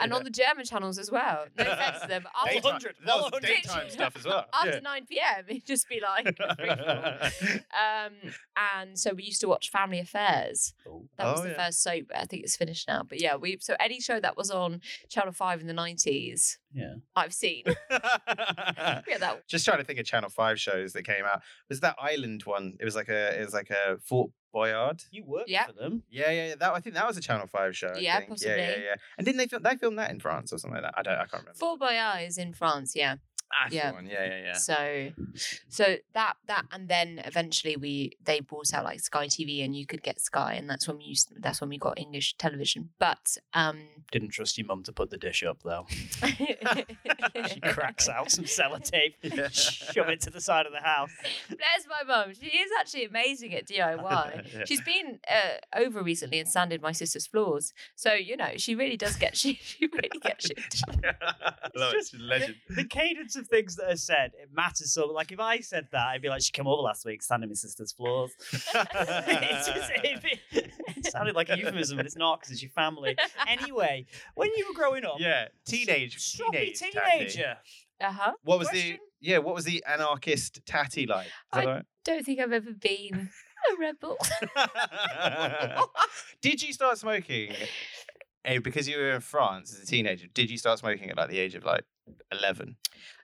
C: And
A: Yeah.
C: on the German channels as well. No offense to them. but
B: All
A: Daytime-
C: <laughs> After,
B: 100,
A: That
B: all
A: was
B: 100.
C: <laughs>
A: daytime stuff as well.
C: after 9 p.m., it'd just be like <laughs>
A: <laughs>
C: a free-for-all.
A: yeah.
C: um and so we used to watch Family Affairs.
B: Oh.
C: That was
A: Oh,
C: the
A: yeah.
C: first soap. I think it's finished now. But yeah, we so any show that was on Channel 5 in the 90s,
B: Yeah.
C: I've seen. <laughs> yeah, that
A: <laughs> Just trying to think of Channel Five shows that came out. Was that Island one? It was like a, it was like a Fort Boyard.
B: You worked
C: Yeah.
B: for them.
A: Yeah, yeah, yeah. That I think that was a Channel Five show. I
C: Yeah,
A: think. Yeah, yeah,
C: possibly.
A: yeah. And didn't they film? They filmed that in France or something like that. I don't. I can't remember.
C: Four by Eye is in France, yeah.
A: That's the
C: yeah.
A: one. Yeah, yeah, yeah.
C: So, so that that and then eventually we they brought out like Sky TV and you could get Sky and that's when we used that's when we got English television. But um, <laughs>
B: Didn't trust your mum to put the dish up, though. She
C: she
B: cracks out
C: <laughs>
B: some sellotape, <laughs>
A: Yeah.
B: shove it to the side of the house.
C: Bless my mum. She is actually amazing at
A: <laughs>
C: DIY.
A: Yeah.
C: She's been uh, over recently and sanded my sister's floors. So you know she really does get <laughs> she, she really gets shit done. <laughs>
A: Love it.
B: just-
A: She's a legend.
B: The cadence of things that are said, it matters so Like, if I said that, I'd be like, she came over last week, standing my sister's floors. it's
A: <laughs>
B: just, it'd be- it sounded like a euphemism, but it's not because it's your
C: <laughs>
B: family. Anyway, when you were growing up,
A: yeah, teenage,
B: stroppy
A: teenage, tatty.
B: teenager.
C: Uh huh.
A: What was
B: Question?
A: the yeah? What was the anarchist tatty like? Is that
C: I-
A: all right?
C: Don't think I've ever been
A: <laughs>
C: a rebel. <laughs>
A: Uh, Did you start smoking eh, because you were in France as a teenager, did you start smoking at like the age of like 11?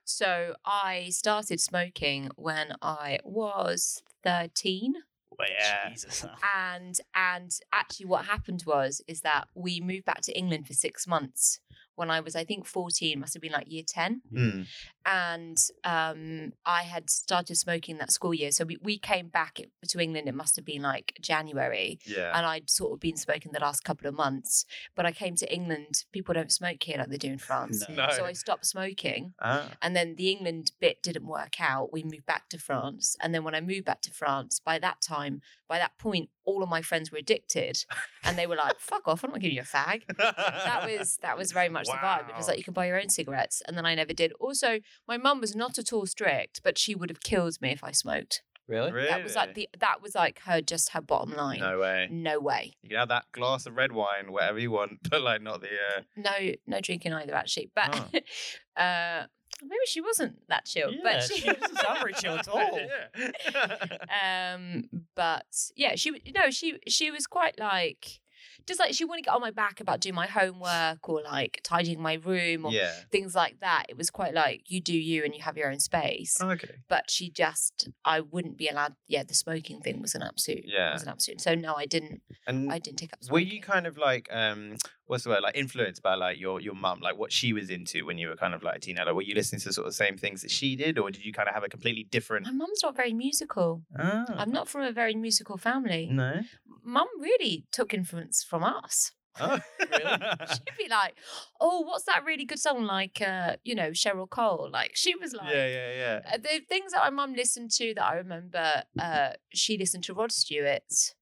C: So I started smoking when I was 13
A: Well, yeah.
B: <laughs> Jesus.
C: and and actually what happened was is that we moved back to England for 6 months when I was I think 14 must have been like year 10
A: Mm.
C: and um, I had started smoking that school year so we, we came back to England it must have been like January
A: Yeah.
C: and I'd sort of been smoking the last couple of months. But I came to England, people don't smoke here like they
A: <laughs>
C: do in France.
A: No.
C: So I stopped smoking.
A: Ah.
C: And then the England bit didn't work out. We moved back to
A: Mm.
C: France. And then when I moved back to France, by that time, by that point, all of my friends were addicted. And they
A: <laughs>
C: were like, fuck off, I'm not giving you a fag. That was that was very much the vibe. It was
A: Wow.
C: like you can buy your own cigarettes. And then I never did. Also, my mum was not at all strict, but she would have killed me if I smoked.
D: Really?
A: really? Mm,
C: That was like the that was like her just her bottom line.
A: No way.
C: No way.
A: You can have that glass of red wine, whatever you want, <laughs> but like not the. Uh...
C: no no drinking either actually but <laughs> uh maybe she wasn't that chill
B: Yeah,
C: but she,
B: <laughs> she doesn't sound very chill at <laughs> all.
A: <laughs>
C: <laughs>
A: Yeah.
C: um but yeah she w- no she she was quite like just like she wouldn't get on my back about doing my homework or like tidying my room or
A: yeah.
C: things like that it was quite like you do you and you have your own space
A: Okay.
C: but she just i wouldn't be allowed yeah the smoking thing was an absolute
A: Yeah.
C: was an absolute so no i didn't
A: And
C: i didn't take up
A: were
C: smoking.
A: you kind of like um what's the word like influenced by like your your mum like what she was into when you were kind of like a teenager Like, were you listening to the sort of same things that she did or did you kind of have a completely
C: <laughs>
A: different
C: my mum's not very musical
A: ah,
C: i'm not from a very musical family
A: no
C: mum really took influence from us.
A: <laughs> oh.
C: <laughs> She'd be like, "Oh, what's that really good song like? Uh, you know, Cheryl Cole." Like she was like,
A: yeah yeah yeah
C: Uh, the things that my mum listened to that I remember, uh, she listened to Rod Stewart,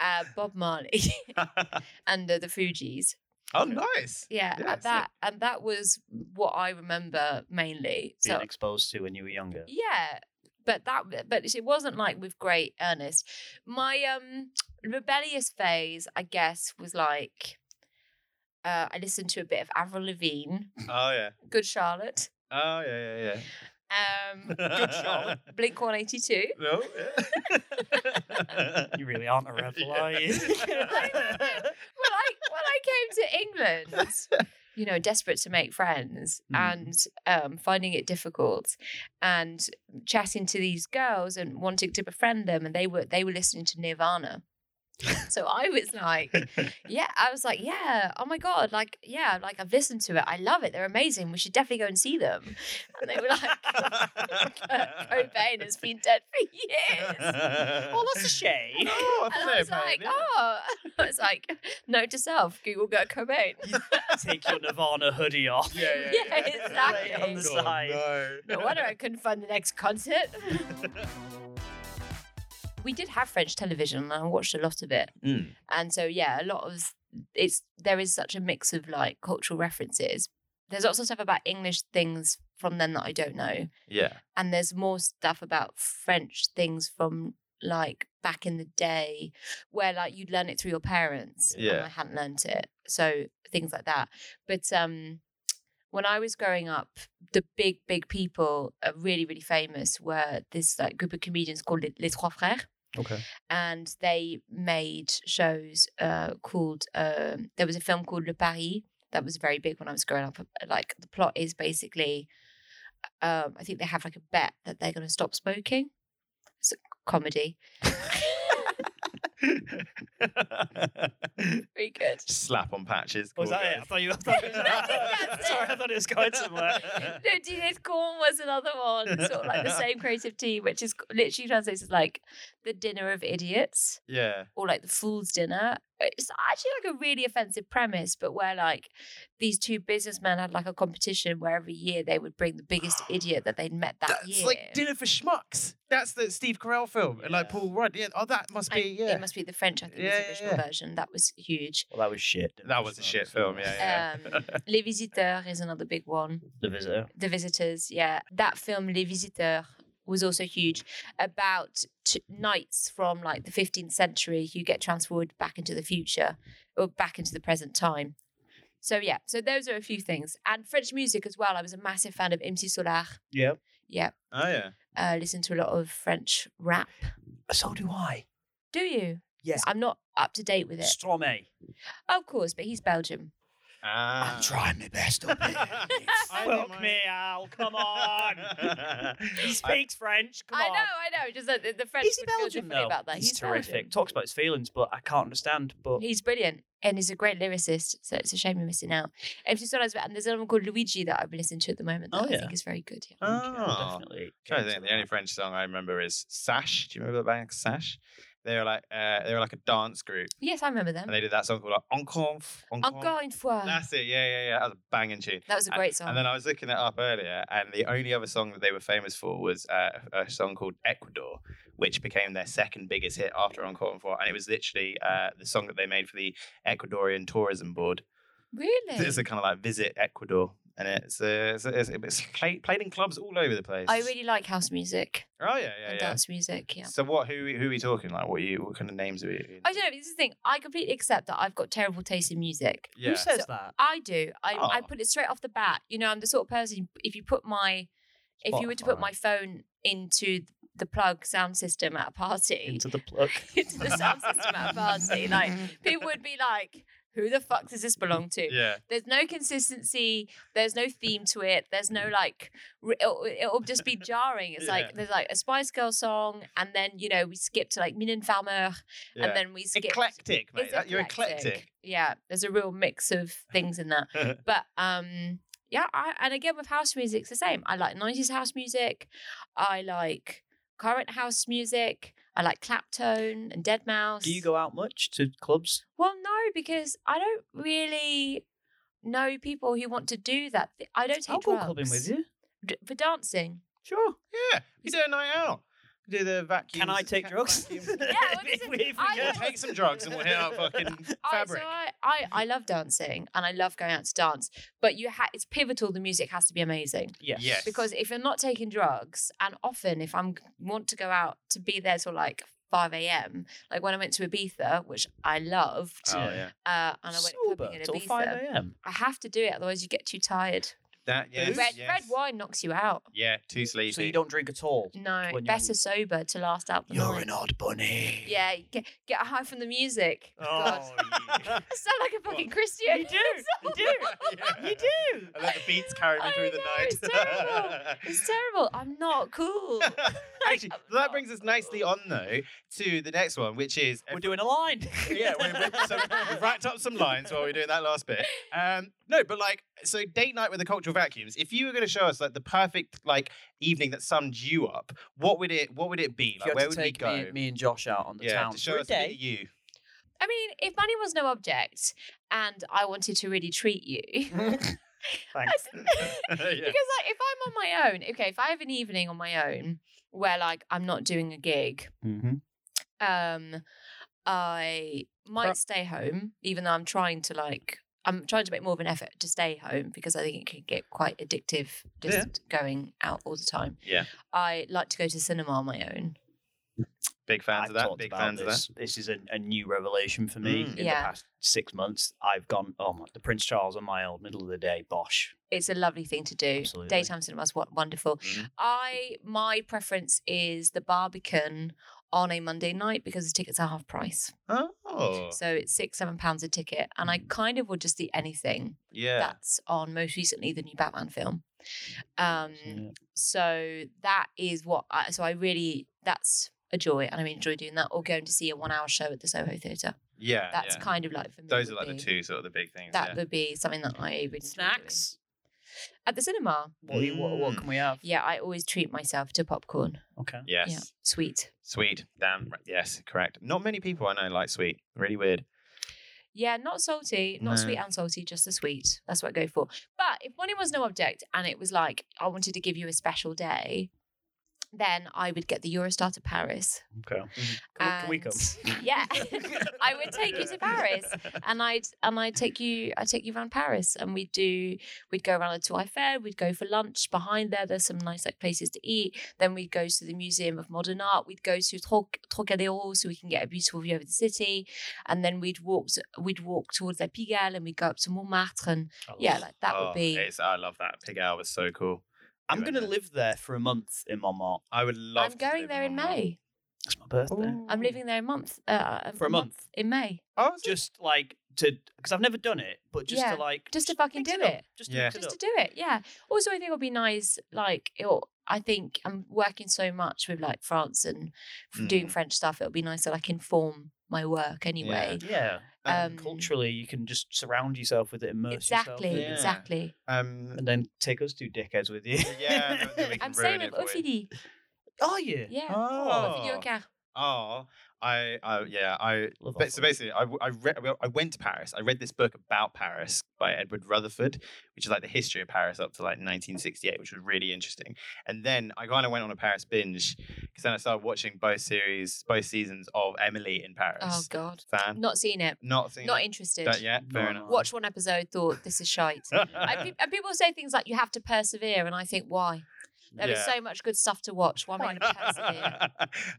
C: uh, Bob Marley, <laughs> and uh, the Fugees.
A: oh nice
C: Yeah,
A: <laughs> Yeah,
C: and that and that was what I remember mainly.
B: Being
C: So
B: exposed to when you were younger.
C: yeah, but that but it wasn't like with great earnest. My um rebellious phase, I guess, was like uh, I listened to a bit of Avril Lavigne,
A: oh yeah
C: Good Charlotte,
A: oh yeah yeah
C: um,
A: yeah
B: <laughs> Good
A: <laughs>
B: Charlotte.
C: Blink One Eighty Two.
A: no <laughs> yeah.
B: <laughs> You really aren't a <laughs> rebel,
A: Yeah.
B: are you? <laughs>
C: When I when I came to
A: <laughs>
C: England. You know, desperate to make friends
A: Mm.
C: and um, finding it difficult, and chatting to these girls and wanting to befriend them, and they were they were listening to Nirvana, so I was like,
A: <laughs>
C: Yeah, I was like, yeah, oh my god, like, yeah, like I've listened to it, I love it, they're amazing. We should definitely go and see them. And they were like, <laughs> "Kurt Cobain has been dead for years.
B: well, that's a
A: <laughs>
B: shame.
A: oh, I
C: And
A: thought
C: I
A: they
C: was
A: were
C: like,
A: Cobain, yeah.
C: oh, <laughs> I was like, note to self, Google Kurt Cobain.
B: <laughs> Take your Nirvana hoodie off.
A: Yeah, yeah,
C: Yeah,
A: yeah.
C: exactly.
B: On the
A: God,
B: side.
A: no.
C: No wonder I couldn't find the next concert. <laughs> we did have French television, and I watched a lot of it.
A: Mm.
C: And so yeah, a lot of it's there is such a mix of like cultural references. There's lots of stuff about English things from then that I don't know.
A: <laughs> Yeah.
C: And there's more stuff about French things from like back in the day where like you'd learn it through your parents. and
A: Yeah.
C: I hadn't learnt it. So things like that. But um when I was growing up, the big, big people, uh, really, really famous, were this like group of comedians called Les- Les Trois Frères
A: Okay.
C: and they made shows uh, called um there was a film called le paris that was very big when i was growing up uh, like the plot is basically um, i think they have like a bet that they're going to stop smoking it's a comedy very <laughs> good
A: Slap on patches.
B: Was
A: cool
B: that it? I
A: guys.
B: thought you. <laughs> I thought it
C: That's
B: sorry, I
C: it.
B: thought it was going somewhere.
C: no, Dinette Corn was another one, sort of like the <laughs> same creative team, which is literally translates as like the dinner of idiots.
A: Yeah.
C: or like the fool's dinner. It's actually like a really offensive premise, but where like these two businessmen had like a competition where every year they would bring the <gasps> biggest idiot that they'd met that year.
A: Dinner for Schmucks. That's the Steve Carell film. And like
B: Yeah.
A: Paul Rudd. Yeah. Oh, that must
C: I-
A: be. yeah.
C: It must be the French, I think,
A: Yeah,
C: is
A: yeah,
C: the original version. That was huge.
B: Well, that was shit.
A: that was a shit film. Yeah. yeah.
C: Um, Les Visiteurs is another big one.
B: The visitor.
C: The Visitors, yeah. That film, Les Visiteurs, was also huge about t- knights from like the 15th century who get transferred back into the future or back into the present time. So, yeah, so those are a few things. And French music as well. I was a massive fan of MC Solar.
B: Yeah.
C: Yeah.
A: oh, yeah.
C: Uh, listen to a lot of French rap.
B: So do I.
C: Do you?
B: Yes.
C: I'm not up to date with it.
B: Stromae.
C: Of course, but he's Belgium.
A: Ah.
B: trying my best. <laughs> Fuck
A: I did mine.
B: me, Al. Come <laughs> on. he speaks French. Come
C: I
B: on.
C: know, I know. Just that the the French
B: Is he
C: would feel
B: Belgian
C: differently
B: though?
C: about that.
B: He's, terrific. Talks about his feelings, but I can't understand. But
C: Belgian. He's brilliant. And he's a great lyricist, so it's a shame you're missing out. And if you realize, and there's another called Luigi that I've been listening to at the moment that
B: Oh,
C: I
B: yeah.
C: think is very good. Yeah.
A: Ah.
B: definitely.
A: trying to think. The only French song I remember is Sash. Do you remember the band Sash? They were like uh, they were like a dance group,
C: Yes, I remember them.
A: and they did that song called like, Encore. Encore.
C: Encore Oh. une fois.
A: That's it. Yeah, yeah, yeah. That was a banging tune.
C: That was a great song.
A: And then I was looking it up earlier, and the only other song that they were famous for was uh, a song called Ecuador, which became their second biggest hit after Encore and Four. And it was literally uh, the song that they made for the Ecuadorian Tourism Board. <laughs>
C: really?
A: It's a kind of like visit Ecuador. And it's, uh, it's, it's, it's play, played in clubs all over the place.
C: I really like house music
A: Oh, yeah, yeah,
C: and
A: yeah.
C: dance music. Yeah.
A: So what? Who? Who are we talking? Like, what? Are you? What kind of names are we?
C: I don't know. This is the thing. I completely accept that I've got terrible taste in music.
A: Yeah.
B: Who says
C: So-
B: that?
C: I do. I, I
A: Oh.
C: put it straight off the bat. You know, I'm the sort of person if you put my if you were to put my phone into the plug sound system at a party,
B: Into the plug.
C: <laughs> into the sound system at a party, like people would be like, "Who the fuck does this belong to?"
A: Yeah.
C: There's no consistency. There's no theme to it. There's no like. re- It'll, it'll just be jarring. It's
A: Yeah.
C: like there's like a Spice Girl song, and then you know we skip to like Minin Farmer,
A: yeah.
C: and then we skip.
A: eclectic, mate.
C: <laughs> It's
A: That- You're eclectic.
C: Yeah, there's a real mix of things
B: <laughs>
C: in that. but um, yeah, I, and again with house music, it's the same. I like 90s house music. I like current house music. I like Claptone and Dead Mouse.
B: Do you go out much to clubs?
C: Well, no, because I don't really know people who want to do that. Th- I don't take
B: I'll go
C: drugs.
B: clubbing with you.
C: D- for dancing.
B: Sure.
A: Yeah, we do a night out. We do the vacuum.
B: Can I take drugs? <laughs>
A: Yeah, <laughs>
C: well, this is- I
A: yeah,
C: Yeah.
A: take some drugs and we'll hit <laughs> our
C: <laughs>
A: fucking
C: I, Oh, so
A: fabric.
C: I, I, I love dancing and I love going out to dance, but you ha- it's pivotal. The music has to be amazing.
B: <laughs> Yes.
A: Yes.
C: because if you're not taking drugs and often if i'm want to go out to be there till like 5 a.m like when i went to ibiza which i loved
A: Oh
B: Yeah.
A: yeah,
C: uh, and i went
B: Sober
C: clubbing in
B: till
C: ibiza
B: 5 a.m.
C: i have to do it otherwise you get too tired
A: that yes,
C: red,
A: yes.
C: red wine knocks you out
A: Yeah, too sleepy.
B: So you
C: <laughs>
B: don't drink at all.
C: no
B: When you're-
C: better sober to last out the night
B: odd bunny.
C: yeah get, get a high from the music <laughs>
B: Oh,
C: God.
B: you-
C: I sound like a fucking christian <laughs>
B: You do, <laughs> you do,
A: Oh, Yeah. <laughs>
B: you do.
A: I let the beats carry me
C: I
A: through the
C: know,
A: night. <laughs>
C: it's terrible. it's oh, terrible i'm
B: <laughs>
C: not cool <laughs>
A: Actually, so that brings us nicely on though to the next one, which is
B: <laughs> We're doing a <laughs> line.
A: yeah, we we so we've racked up some lines while we we're doing that last bit. Um, no, but like, so date night with the cultural vacuums. If you were going to show us like the perfect like evening that summed you up, what would it? What would it be?
B: If you
A: Like,
B: had
A: where
B: to
A: would we
B: take
A: go?
B: Me, me and Josh out on the
A: yeah,
B: town
A: to show
B: for a
A: us a bit
B: day.
A: of
B: <laughs>
A: you.
C: I mean, if money was no object and I wanted to really treat you. <laughs>
B: Thanks.
A: <laughs> yeah.
C: Because like if I'm on my own, okay, if I have an evening on my own where like I'm not doing a gig, um I might
B: Pro-
C: stay home, even though I'm trying to like I'm trying to make more of an effort to stay home because I think it can get quite addictive just going out all the time.
A: Yeah.
C: I like to go to cinema on my own.
A: Big fans of
B: I've
A: that.
B: talked
A: Big
B: about
A: fans
B: this. This is a, a new revelation for me.
A: Mm.
B: In
C: Yeah.
B: the past six months, I've gone, oh, my, the Prince Charles on my old middle of the day, bosh.
C: It's a lovely thing to do.
B: Absolutely.
C: Daytime cinema is what wonderful.
A: Mhm.
C: I my preference is the Barbican on a Monday night because the tickets are half price.
A: of that. Oh,
C: So it's six, seven pounds a ticket. And I kind of would just see anything
A: Mm-hmm. yeah.
C: that's on most recently the new Batman film. Um,
A: Mm-hmm.
B: Yeah.
C: so that is what I, so I really, that's a joy. And I enjoy doing that or going to see a one hour show at the Soho Theatre.
A: Yeah,
C: That's
A: Uh, yeah.
C: kind of like for me.
A: Those are like
C: would
A: the
C: be-
A: two sort of the big things.
C: That
A: yeah.
C: would be something that I really enjoy doing.
B: Snacks.
C: at the cinema.
B: What, do you- what, what
A: Mm.
B: can we have?
C: Yeah, I always treat myself to popcorn.
B: Okay.
A: yes.
C: Yeah, sweet.
A: Sweet. Damn. right, Yes. Correct. Not many people I know like sweet. Really
B: <laughs>
A: weird.
C: Yeah, not salty, not
A: No.
C: sweet and salty, just the sweet. That's what I go for. But if money was no object and it was like, I wanted to give you a special day, then I would get the Eurostar to Paris.
B: Okay. Mm-hmm. Can, we, can we
C: <laughs> and-
B: come?
C: Yeah. I would take
A: <laughs>
C: you to Paris. And I'd and I'd take you I'd take you around Paris and we'd do we'd go around the Tour Eiffel, we'd go for lunch. Behind there there's some nice like places to eat. Then we'd go to the Museum of Modern Art, we'd go to Troc- Trocadero so we can get a beautiful view of the city. And then we'd walk to, we'd walk towards La Pigalle and we'd go up to Montmartre and
B: I
C: yeah,
B: love-
C: like that
A: Oh,
C: would be
A: It's, I love that. Pig Owl was so cool.
B: I'm
A: you
B: going to
A: went
B: live there for a month in Montmartre.
A: I would love.
C: I'm
A: to
C: going
A: live
C: there in
A: Montmartre.
C: May.
B: That's my birthday.
C: I'm leaving there a month. Uh,
B: For a month.
C: in May.
A: Oh, is it?
B: Just like to, because I've never done it, but just
C: Yeah,
B: to like,
C: just to fucking
B: mix
C: do
B: up,
C: it.
B: Just
A: Yeah.
B: to mix it
C: just
B: up.
C: to do it. Yeah. Also, I think it'll be nice. Like, it'll, I think I'm working so much with like France and f- doing
A: Mm.
C: French stuff. It'll be nice to like inform my work anyway.
B: Yeah.
C: Um,
B: Culturally, you can just surround yourself with it, immerse
C: exactly,
B: yourself, in
A: Yeah.
B: it,
C: exactly.
A: um,
B: and then take us two dickheads with you.
A: yeah, no, then we can
C: <laughs> I'm saying
A: ruin
C: with
A: it for you.
C: Ophidi.
B: <laughs> Are you?
C: Yeah.
A: Oh.
C: Ophidi Oka.
A: Oh, I, I yeah, I.
B: Love
A: But,
B: Ophid.
A: so basically, I, w- I, re- well, I went to Paris. I read this book about Paris by Edward Rutherford, which is like the history of Paris up to like 1968, which was really interesting. And then I kind of went on a Paris binge because then I started watching both series, both seasons of Emily in Paris.
C: Oh God.
A: Fan,
C: Not seen it.
A: not seen,
C: Not
A: it.
C: interested.
A: Don't yet. Fair
B: No,
A: enough.
B: no.
C: Watched one episode, thought this is shite. I,
A: <laughs>
C: pe- and people say things like you have to persevere, and I think why? There is
A: Yeah.
C: so much good stuff to watch. Why am I going to
A: <laughs>
C: persevere?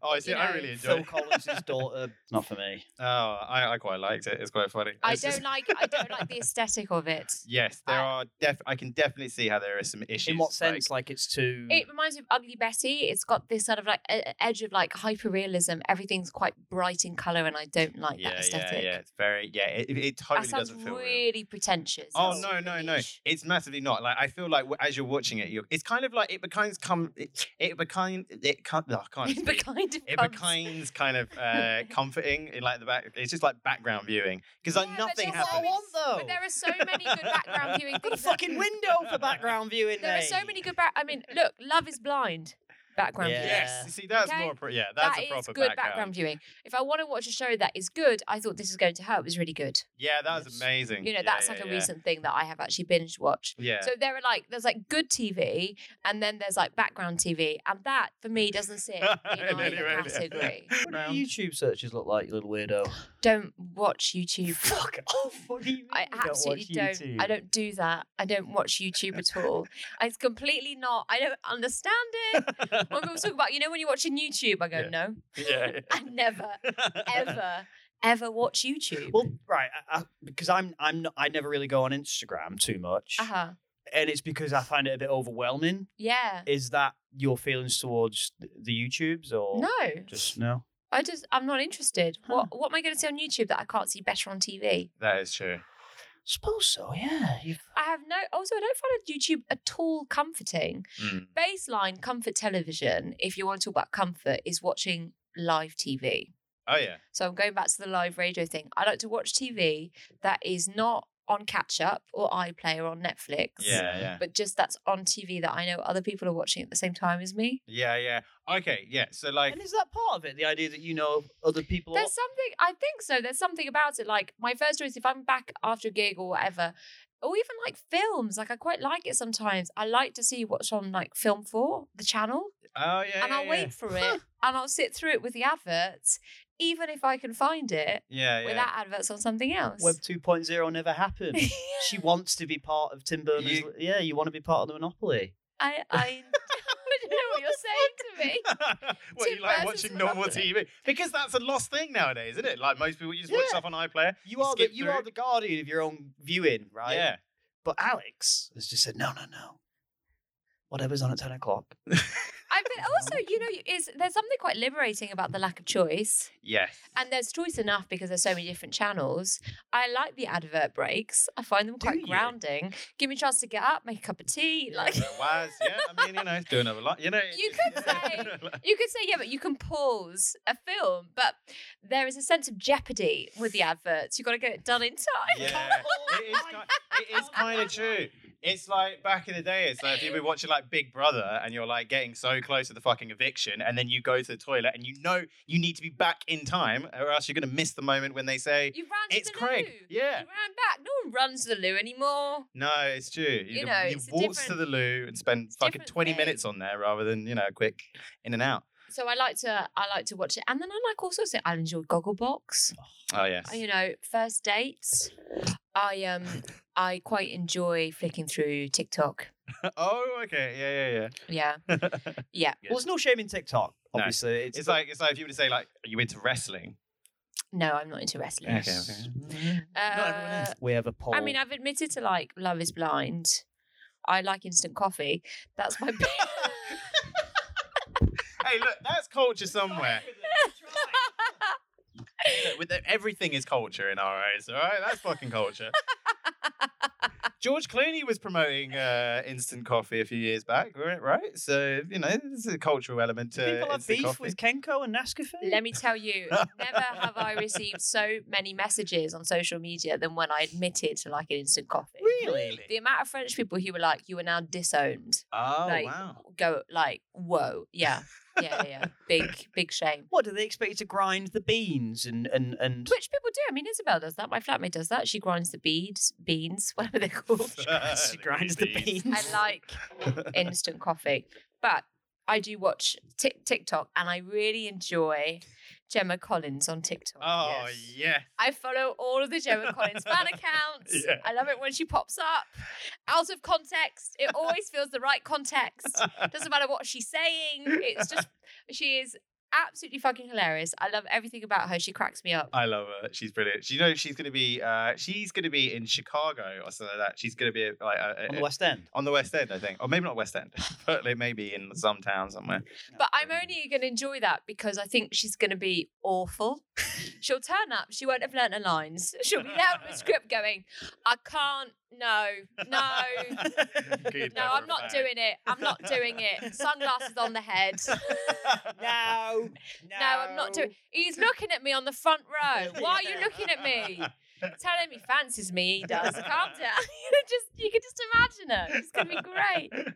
A: oh, I see.
C: You
A: I
C: know,
A: really enjoyed.
B: Phil
A: It.
B: <laughs> Collins' daughter. Not for me.
A: Oh, I, I quite liked it. It's quite funny.
C: I
A: It's just-
C: don't like. I don't like the aesthetic of it.
A: Yes, there
C: I-
A: are. Def- I can definitely see how there are some issues.
B: In what
A: like-
B: sense? Like, it's too.
A: Mm.
C: It reminds me of Ugly Betty. It's got this sort of like e- edge of like hyper realism. Everything's quite bright in color, and I don't like that aesthetic.
A: Yeah, yeah, it's very yeah. It, it- it
C: That
A: totally
C: sounds
A: doesn't feel real.
C: really pretentious.
A: Oh
C: That's
A: no,
C: super
A: no, no!
C: niche.
A: It's massively not. Like I feel like w- as you're watching it, you're. It's kind of like it becomes come. It, it becomes it can't. Oh, I can't
C: <laughs> It
A: speak.
C: kind of
A: It
C: comes-
A: becomes kind of uh,
C: <laughs>
A: comforting in like the back. It's just like background viewing because like
C: Yeah, but
A: nothing
C: that's what I
A: happens.
C: want, But there are so many good
A: Oh. <laughs>
C: background viewing
B: Got a
C: things. that-
B: fucking window for background viewing.
C: There are so
B: mate.
C: many good. Back- I mean, look, Love is Blind. Background
B: Yeah.
C: viewing.
A: Yes, you see that's
C: Okay.
A: more. Pro- yeah, that's
C: That
A: a
C: is
A: proper
C: good background viewing. If I want to watch a show that is good, I thought this is going to hurt. It was really good.
A: Yeah, that was
B: Yes.
A: amazing.
C: You know,
A: Yeah,
C: that's
A: yeah,
C: like a
A: yeah.
C: recent thing that I have actually binge watched.
A: Yeah.
C: So there are like there's like good TV and then there's like background TV, and that for me doesn't sit in
A: In any
C: either
A: way, yeah.
C: category.
B: What do
A: Round.
B: your YouTube searches look like, you little weirdo?
C: Don't watch YouTube.
B: Fuck off! What do you mean?
C: I
B: you don't
C: absolutely
B: watch
C: don't, I
B: YouTube?
C: don't do that. I don't watch YouTube at all. It's completely not. I don't understand it. When people talk about, you know, when you're watching YouTube, I go,
A: Yeah.
C: no,
A: <laughs> yeah,
C: I never,
B: <laughs>
C: ever, ever watch YouTube.
B: Well, right, I, I, because I'm I'm not, I never really go on Instagram too much,
C: Uh huh.
B: and it's because I find it a bit overwhelming.
C: Yeah.
B: Is that your feelings towards th- the YouTubes or
C: No,
B: Just no.
C: I just I'm not interested.
B: Huh.
C: What what am I going to see on YouTube that I can't see better on TV?
A: that is true.
B: Suppose so. Yeah. You've...
C: I have no. Also, I don't find YouTube at all comforting.
A: Mm.
C: Baseline comfort television, if you want to talk about comfort, is watching live TV.
A: Oh
C: <laughs>
A: yeah.
C: So I'm going back to the live radio thing. I like to watch TV that is not on catch up or iPlayer or on Netflix.
A: Yeah, yeah.
C: But just that's on TV that I know other people are watching at the same time as me.
A: Yeah, yeah. Okay, yeah. So like
B: And is that part of it? The idea that you know other people.
C: There's something I think so. There's something about it. Like my first choice, if I'm back after a gig or whatever, or even like films, like I quite like it sometimes. I like to see what's on like Film Four, the channel,
A: Oh yeah.
C: and
A: yeah,
C: I'll
A: yeah.
C: wait for
B: <laughs>
C: it, and I'll sit through it with the adverts, even if I can find it
A: Yeah, yeah. <laughs>
C: without adverts on something else.
B: Web 2.0 never happened. <laughs>
C: <laughs>
B: she wants to be part of Tim Burton's.
A: You-
B: Yeah, you want to be part of the monopoly.
C: I,
B: <laughs>
C: I, <laughs> I don't know what you're saying to me.
A: what
C: Tim
A: you like
C: Burton's
A: watching normal
C: lovely.
A: TV because that's a lost thing nowadays, isn't it? Like most people, you just watch
B: Yeah.
A: stuff on iPlayer. Ah,
B: You are the
A: skip
B: you are
A: through.
B: the guardian of your own viewing, right?
A: Yeah,
B: But Alex has just said, no, no, no. Whatever's on at 10 <laughs> o'clock.
C: I, but also, you know, is there's something quite liberating about the lack of choice.
A: yes.
C: And there's choice enough because there's so many different channels. I like the advert breaks. I find them
B: Do
C: quite
B: you?
C: grounding. Give me a chance to get up, make a cup of tea. <laughs> Like
A: yeah, Waz, yeah. I mean, you know, doing a lot. You know, it
C: You
A: just- <laughs>
C: could say- you could say, yeah, but you can pause a film, but there is a sense of jeopardy with the adverts. You've got to get it done in time. <laughs>
A: yeah, it
B: Oh
A: is, ki- it is kind of true. It's like back in the day, it's like if you've been watching like Big Brother and you're like getting so close to the fucking eviction, and then you go to the toilet and you know you need to be back in time, or else you're gonna miss the moment when they say
C: You ran to
A: it's
C: the
A: Craig.
C: loo.
A: Yeah.
C: You ran back. No one runs to the loo anymore.
A: No, it's true. You,
C: You
A: can-
C: know,
A: you
C: it's a
A: waltz to
C: different-
A: the loo and spend
C: it's
A: fucking
C: different
A: 20
C: thing.
A: minutes on there rather than, you know, a quick in and out.
C: So I like to I like to watch it. And then I like also say I enjoy Gogglebox.
A: Oh, yes.
C: you know, first dates. I um I quite enjoy flicking through TikTok.
A: <laughs> oh, okay. Yeah, <laughs>
C: Yeah.
A: yeah, yeah.
C: Yeah.
A: Yeah.
B: Well, there's no shame in TikTok,
A: No.
B: obviously. It's,
A: it's like it's like if you were to say, like, are you into wrestling?
C: No, I'm not into wrestling.
A: Okay,
B: Yes. Not everyone
C: Uh,
B: is. We have a poll.
C: I mean, I've admitted to like Love is Blind. I like instant coffee. That's my big
A: Hey, look, that's culture somewhere. Look, <laughs> with the- everything is culture in our eyes, all right? That's fucking culture. <laughs> George Clooney was promoting uh, instant coffee a few years back, right? right? So you know, there's a cultural element to
B: People have
A: instant
B: beef
A: coffee.
B: with Kenko and Nescafe.
C: Let me tell you, never have I received so many messages on social media than when I admitted to liking instant coffee.
A: really.
C: The amount of French people who were like, "You are now disowned."
A: Oh
C: like,
A: wow! <laughs>
C: Go like, whoa, yeah, yeah, yeah, yeah. big, big shame.
B: What do they expect you to grind the beans and and and?
C: Which people do. I mean, Isabel does that. My flatmate does that. She grinds the beads, beans, <laughs> whatever they're called.
B: <laughs> she grinds the beans.
C: I
A: <laughs>
C: like instant coffee. But I do watch Tik TikTok and I really enjoy Gemma Collins on TikTok.
A: Oh
B: Yes.
A: yeah.
C: I follow all of the Gemma
A: <laughs>
C: Collins fan accounts.
A: Yeah.
C: I love it when she pops up out of context. It always feels the right context. Doesn't matter what she's saying. It's just, she is absolutely fucking hilarious. I love everything about her. She cracks me up.
A: I love her. She's brilliant. She, you know, she's gonna be. Uh, she's gonna be in Chicago or something like that. She's gonna be like a,
B: on
A: a,
B: the West End.
A: on the West End, I think, or maybe not West End, <laughs> but like maybe in some town somewhere.
B: <laughs>
C: But I'm only going to enjoy that because I think she's going to be awful. <laughs> She'll turn up. She won't have learnt her lines. <laughs> She'll be there with a script going, I can't, no, no,
A: Good
C: no, I'm not doing it. I'm not doing it. Sunglasses on the head. <laughs>
B: No,
C: No, I'm not doing He's looking at me on the front row. Why are you looking at me? Tell him he fancies me. He does. Calm down. <laughs> You just, you can just imagine it. It's going to be great.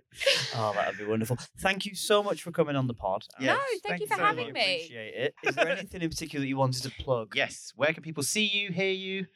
B: Oh, that would be wonderful. Thank you so much for coming on the pod.
A: Yes,
C: no, thank,
A: thank
C: you
A: you
C: for
A: so
C: having
A: much.
C: me.
B: Appreciate it. Is there anything in particular that you wanted to plug?
A: <laughs> Yes. Where can people see you, hear you,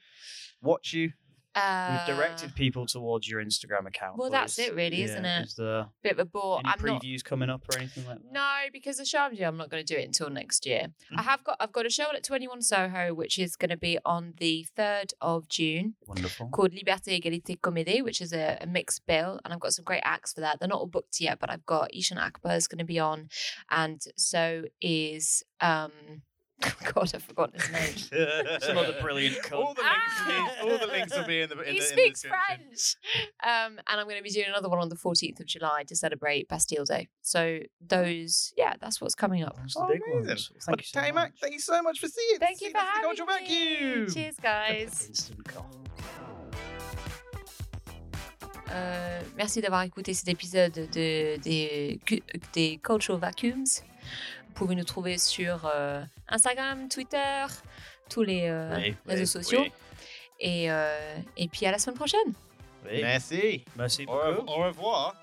A: watch you?
C: Uh,
B: We've directed people towards your Instagram account.
C: well,
B: but
C: that's
B: is-
C: it really, isn't
B: yeah,
C: it?
B: Is there
C: bit of a bore.
B: any
C: I'm not.
B: previews coming up or anything like that?
C: No, because the show I'm doing, I'm not going to do it until next year.
A: Mm.
C: I have got I've got a show on at 21 Soho, which is going to be on the 3rd of June,
B: Wonderful.
C: called Liberté Égalité Comédie, which is a, a mixed bill, and I've got some great acts for that. They're not all booked yet, but I've got Ishan Akbar is going to be on, and so is um, <laughs> God, I've forgotten his name.
B: Some other
A: <laughs>
B: brilliant
A: All
B: cunt.
A: the links,
C: Ah!
A: all the links will be <laughs> in the. In
C: he
A: the,
C: speaks
A: in the description.
C: French. Um, and I'm going to be doing another one on the 14th of July to celebrate Bastille Day. So those, yeah, that's what's coming up.
B: Those
A: Oh,
B: are the big
A: amazing.
B: ones. Well,
A: Well,
B: Thank you so
A: Tay
B: much.
A: Mac, thank you so much for seeing.
C: Thank you
A: seeing
C: for
A: us at the
C: having
A: Cultural
C: me.
A: Vacuum.
C: Cheers, guys.
B: Instant call.
C: Euh, merci d'avoir écouté cet épisode de, des, cu- des Cultural Vacuums. Vous pouvez nous trouver sur euh, Instagram, Twitter, tous les euh,
B: Oui,
C: réseaux
B: oui,
C: sociaux.
B: oui,
C: Et, euh, et puis à la semaine prochaine.
B: oui.
A: Merci.
B: Merci
A: Au revoir.
B: beaucoup.
A: Au revoir.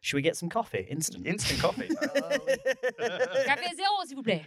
B: Should we get <laughs> some coffee? Instant.
A: Instant coffee.
B: <laughs>
C: Café zéro, s'il vous plaît.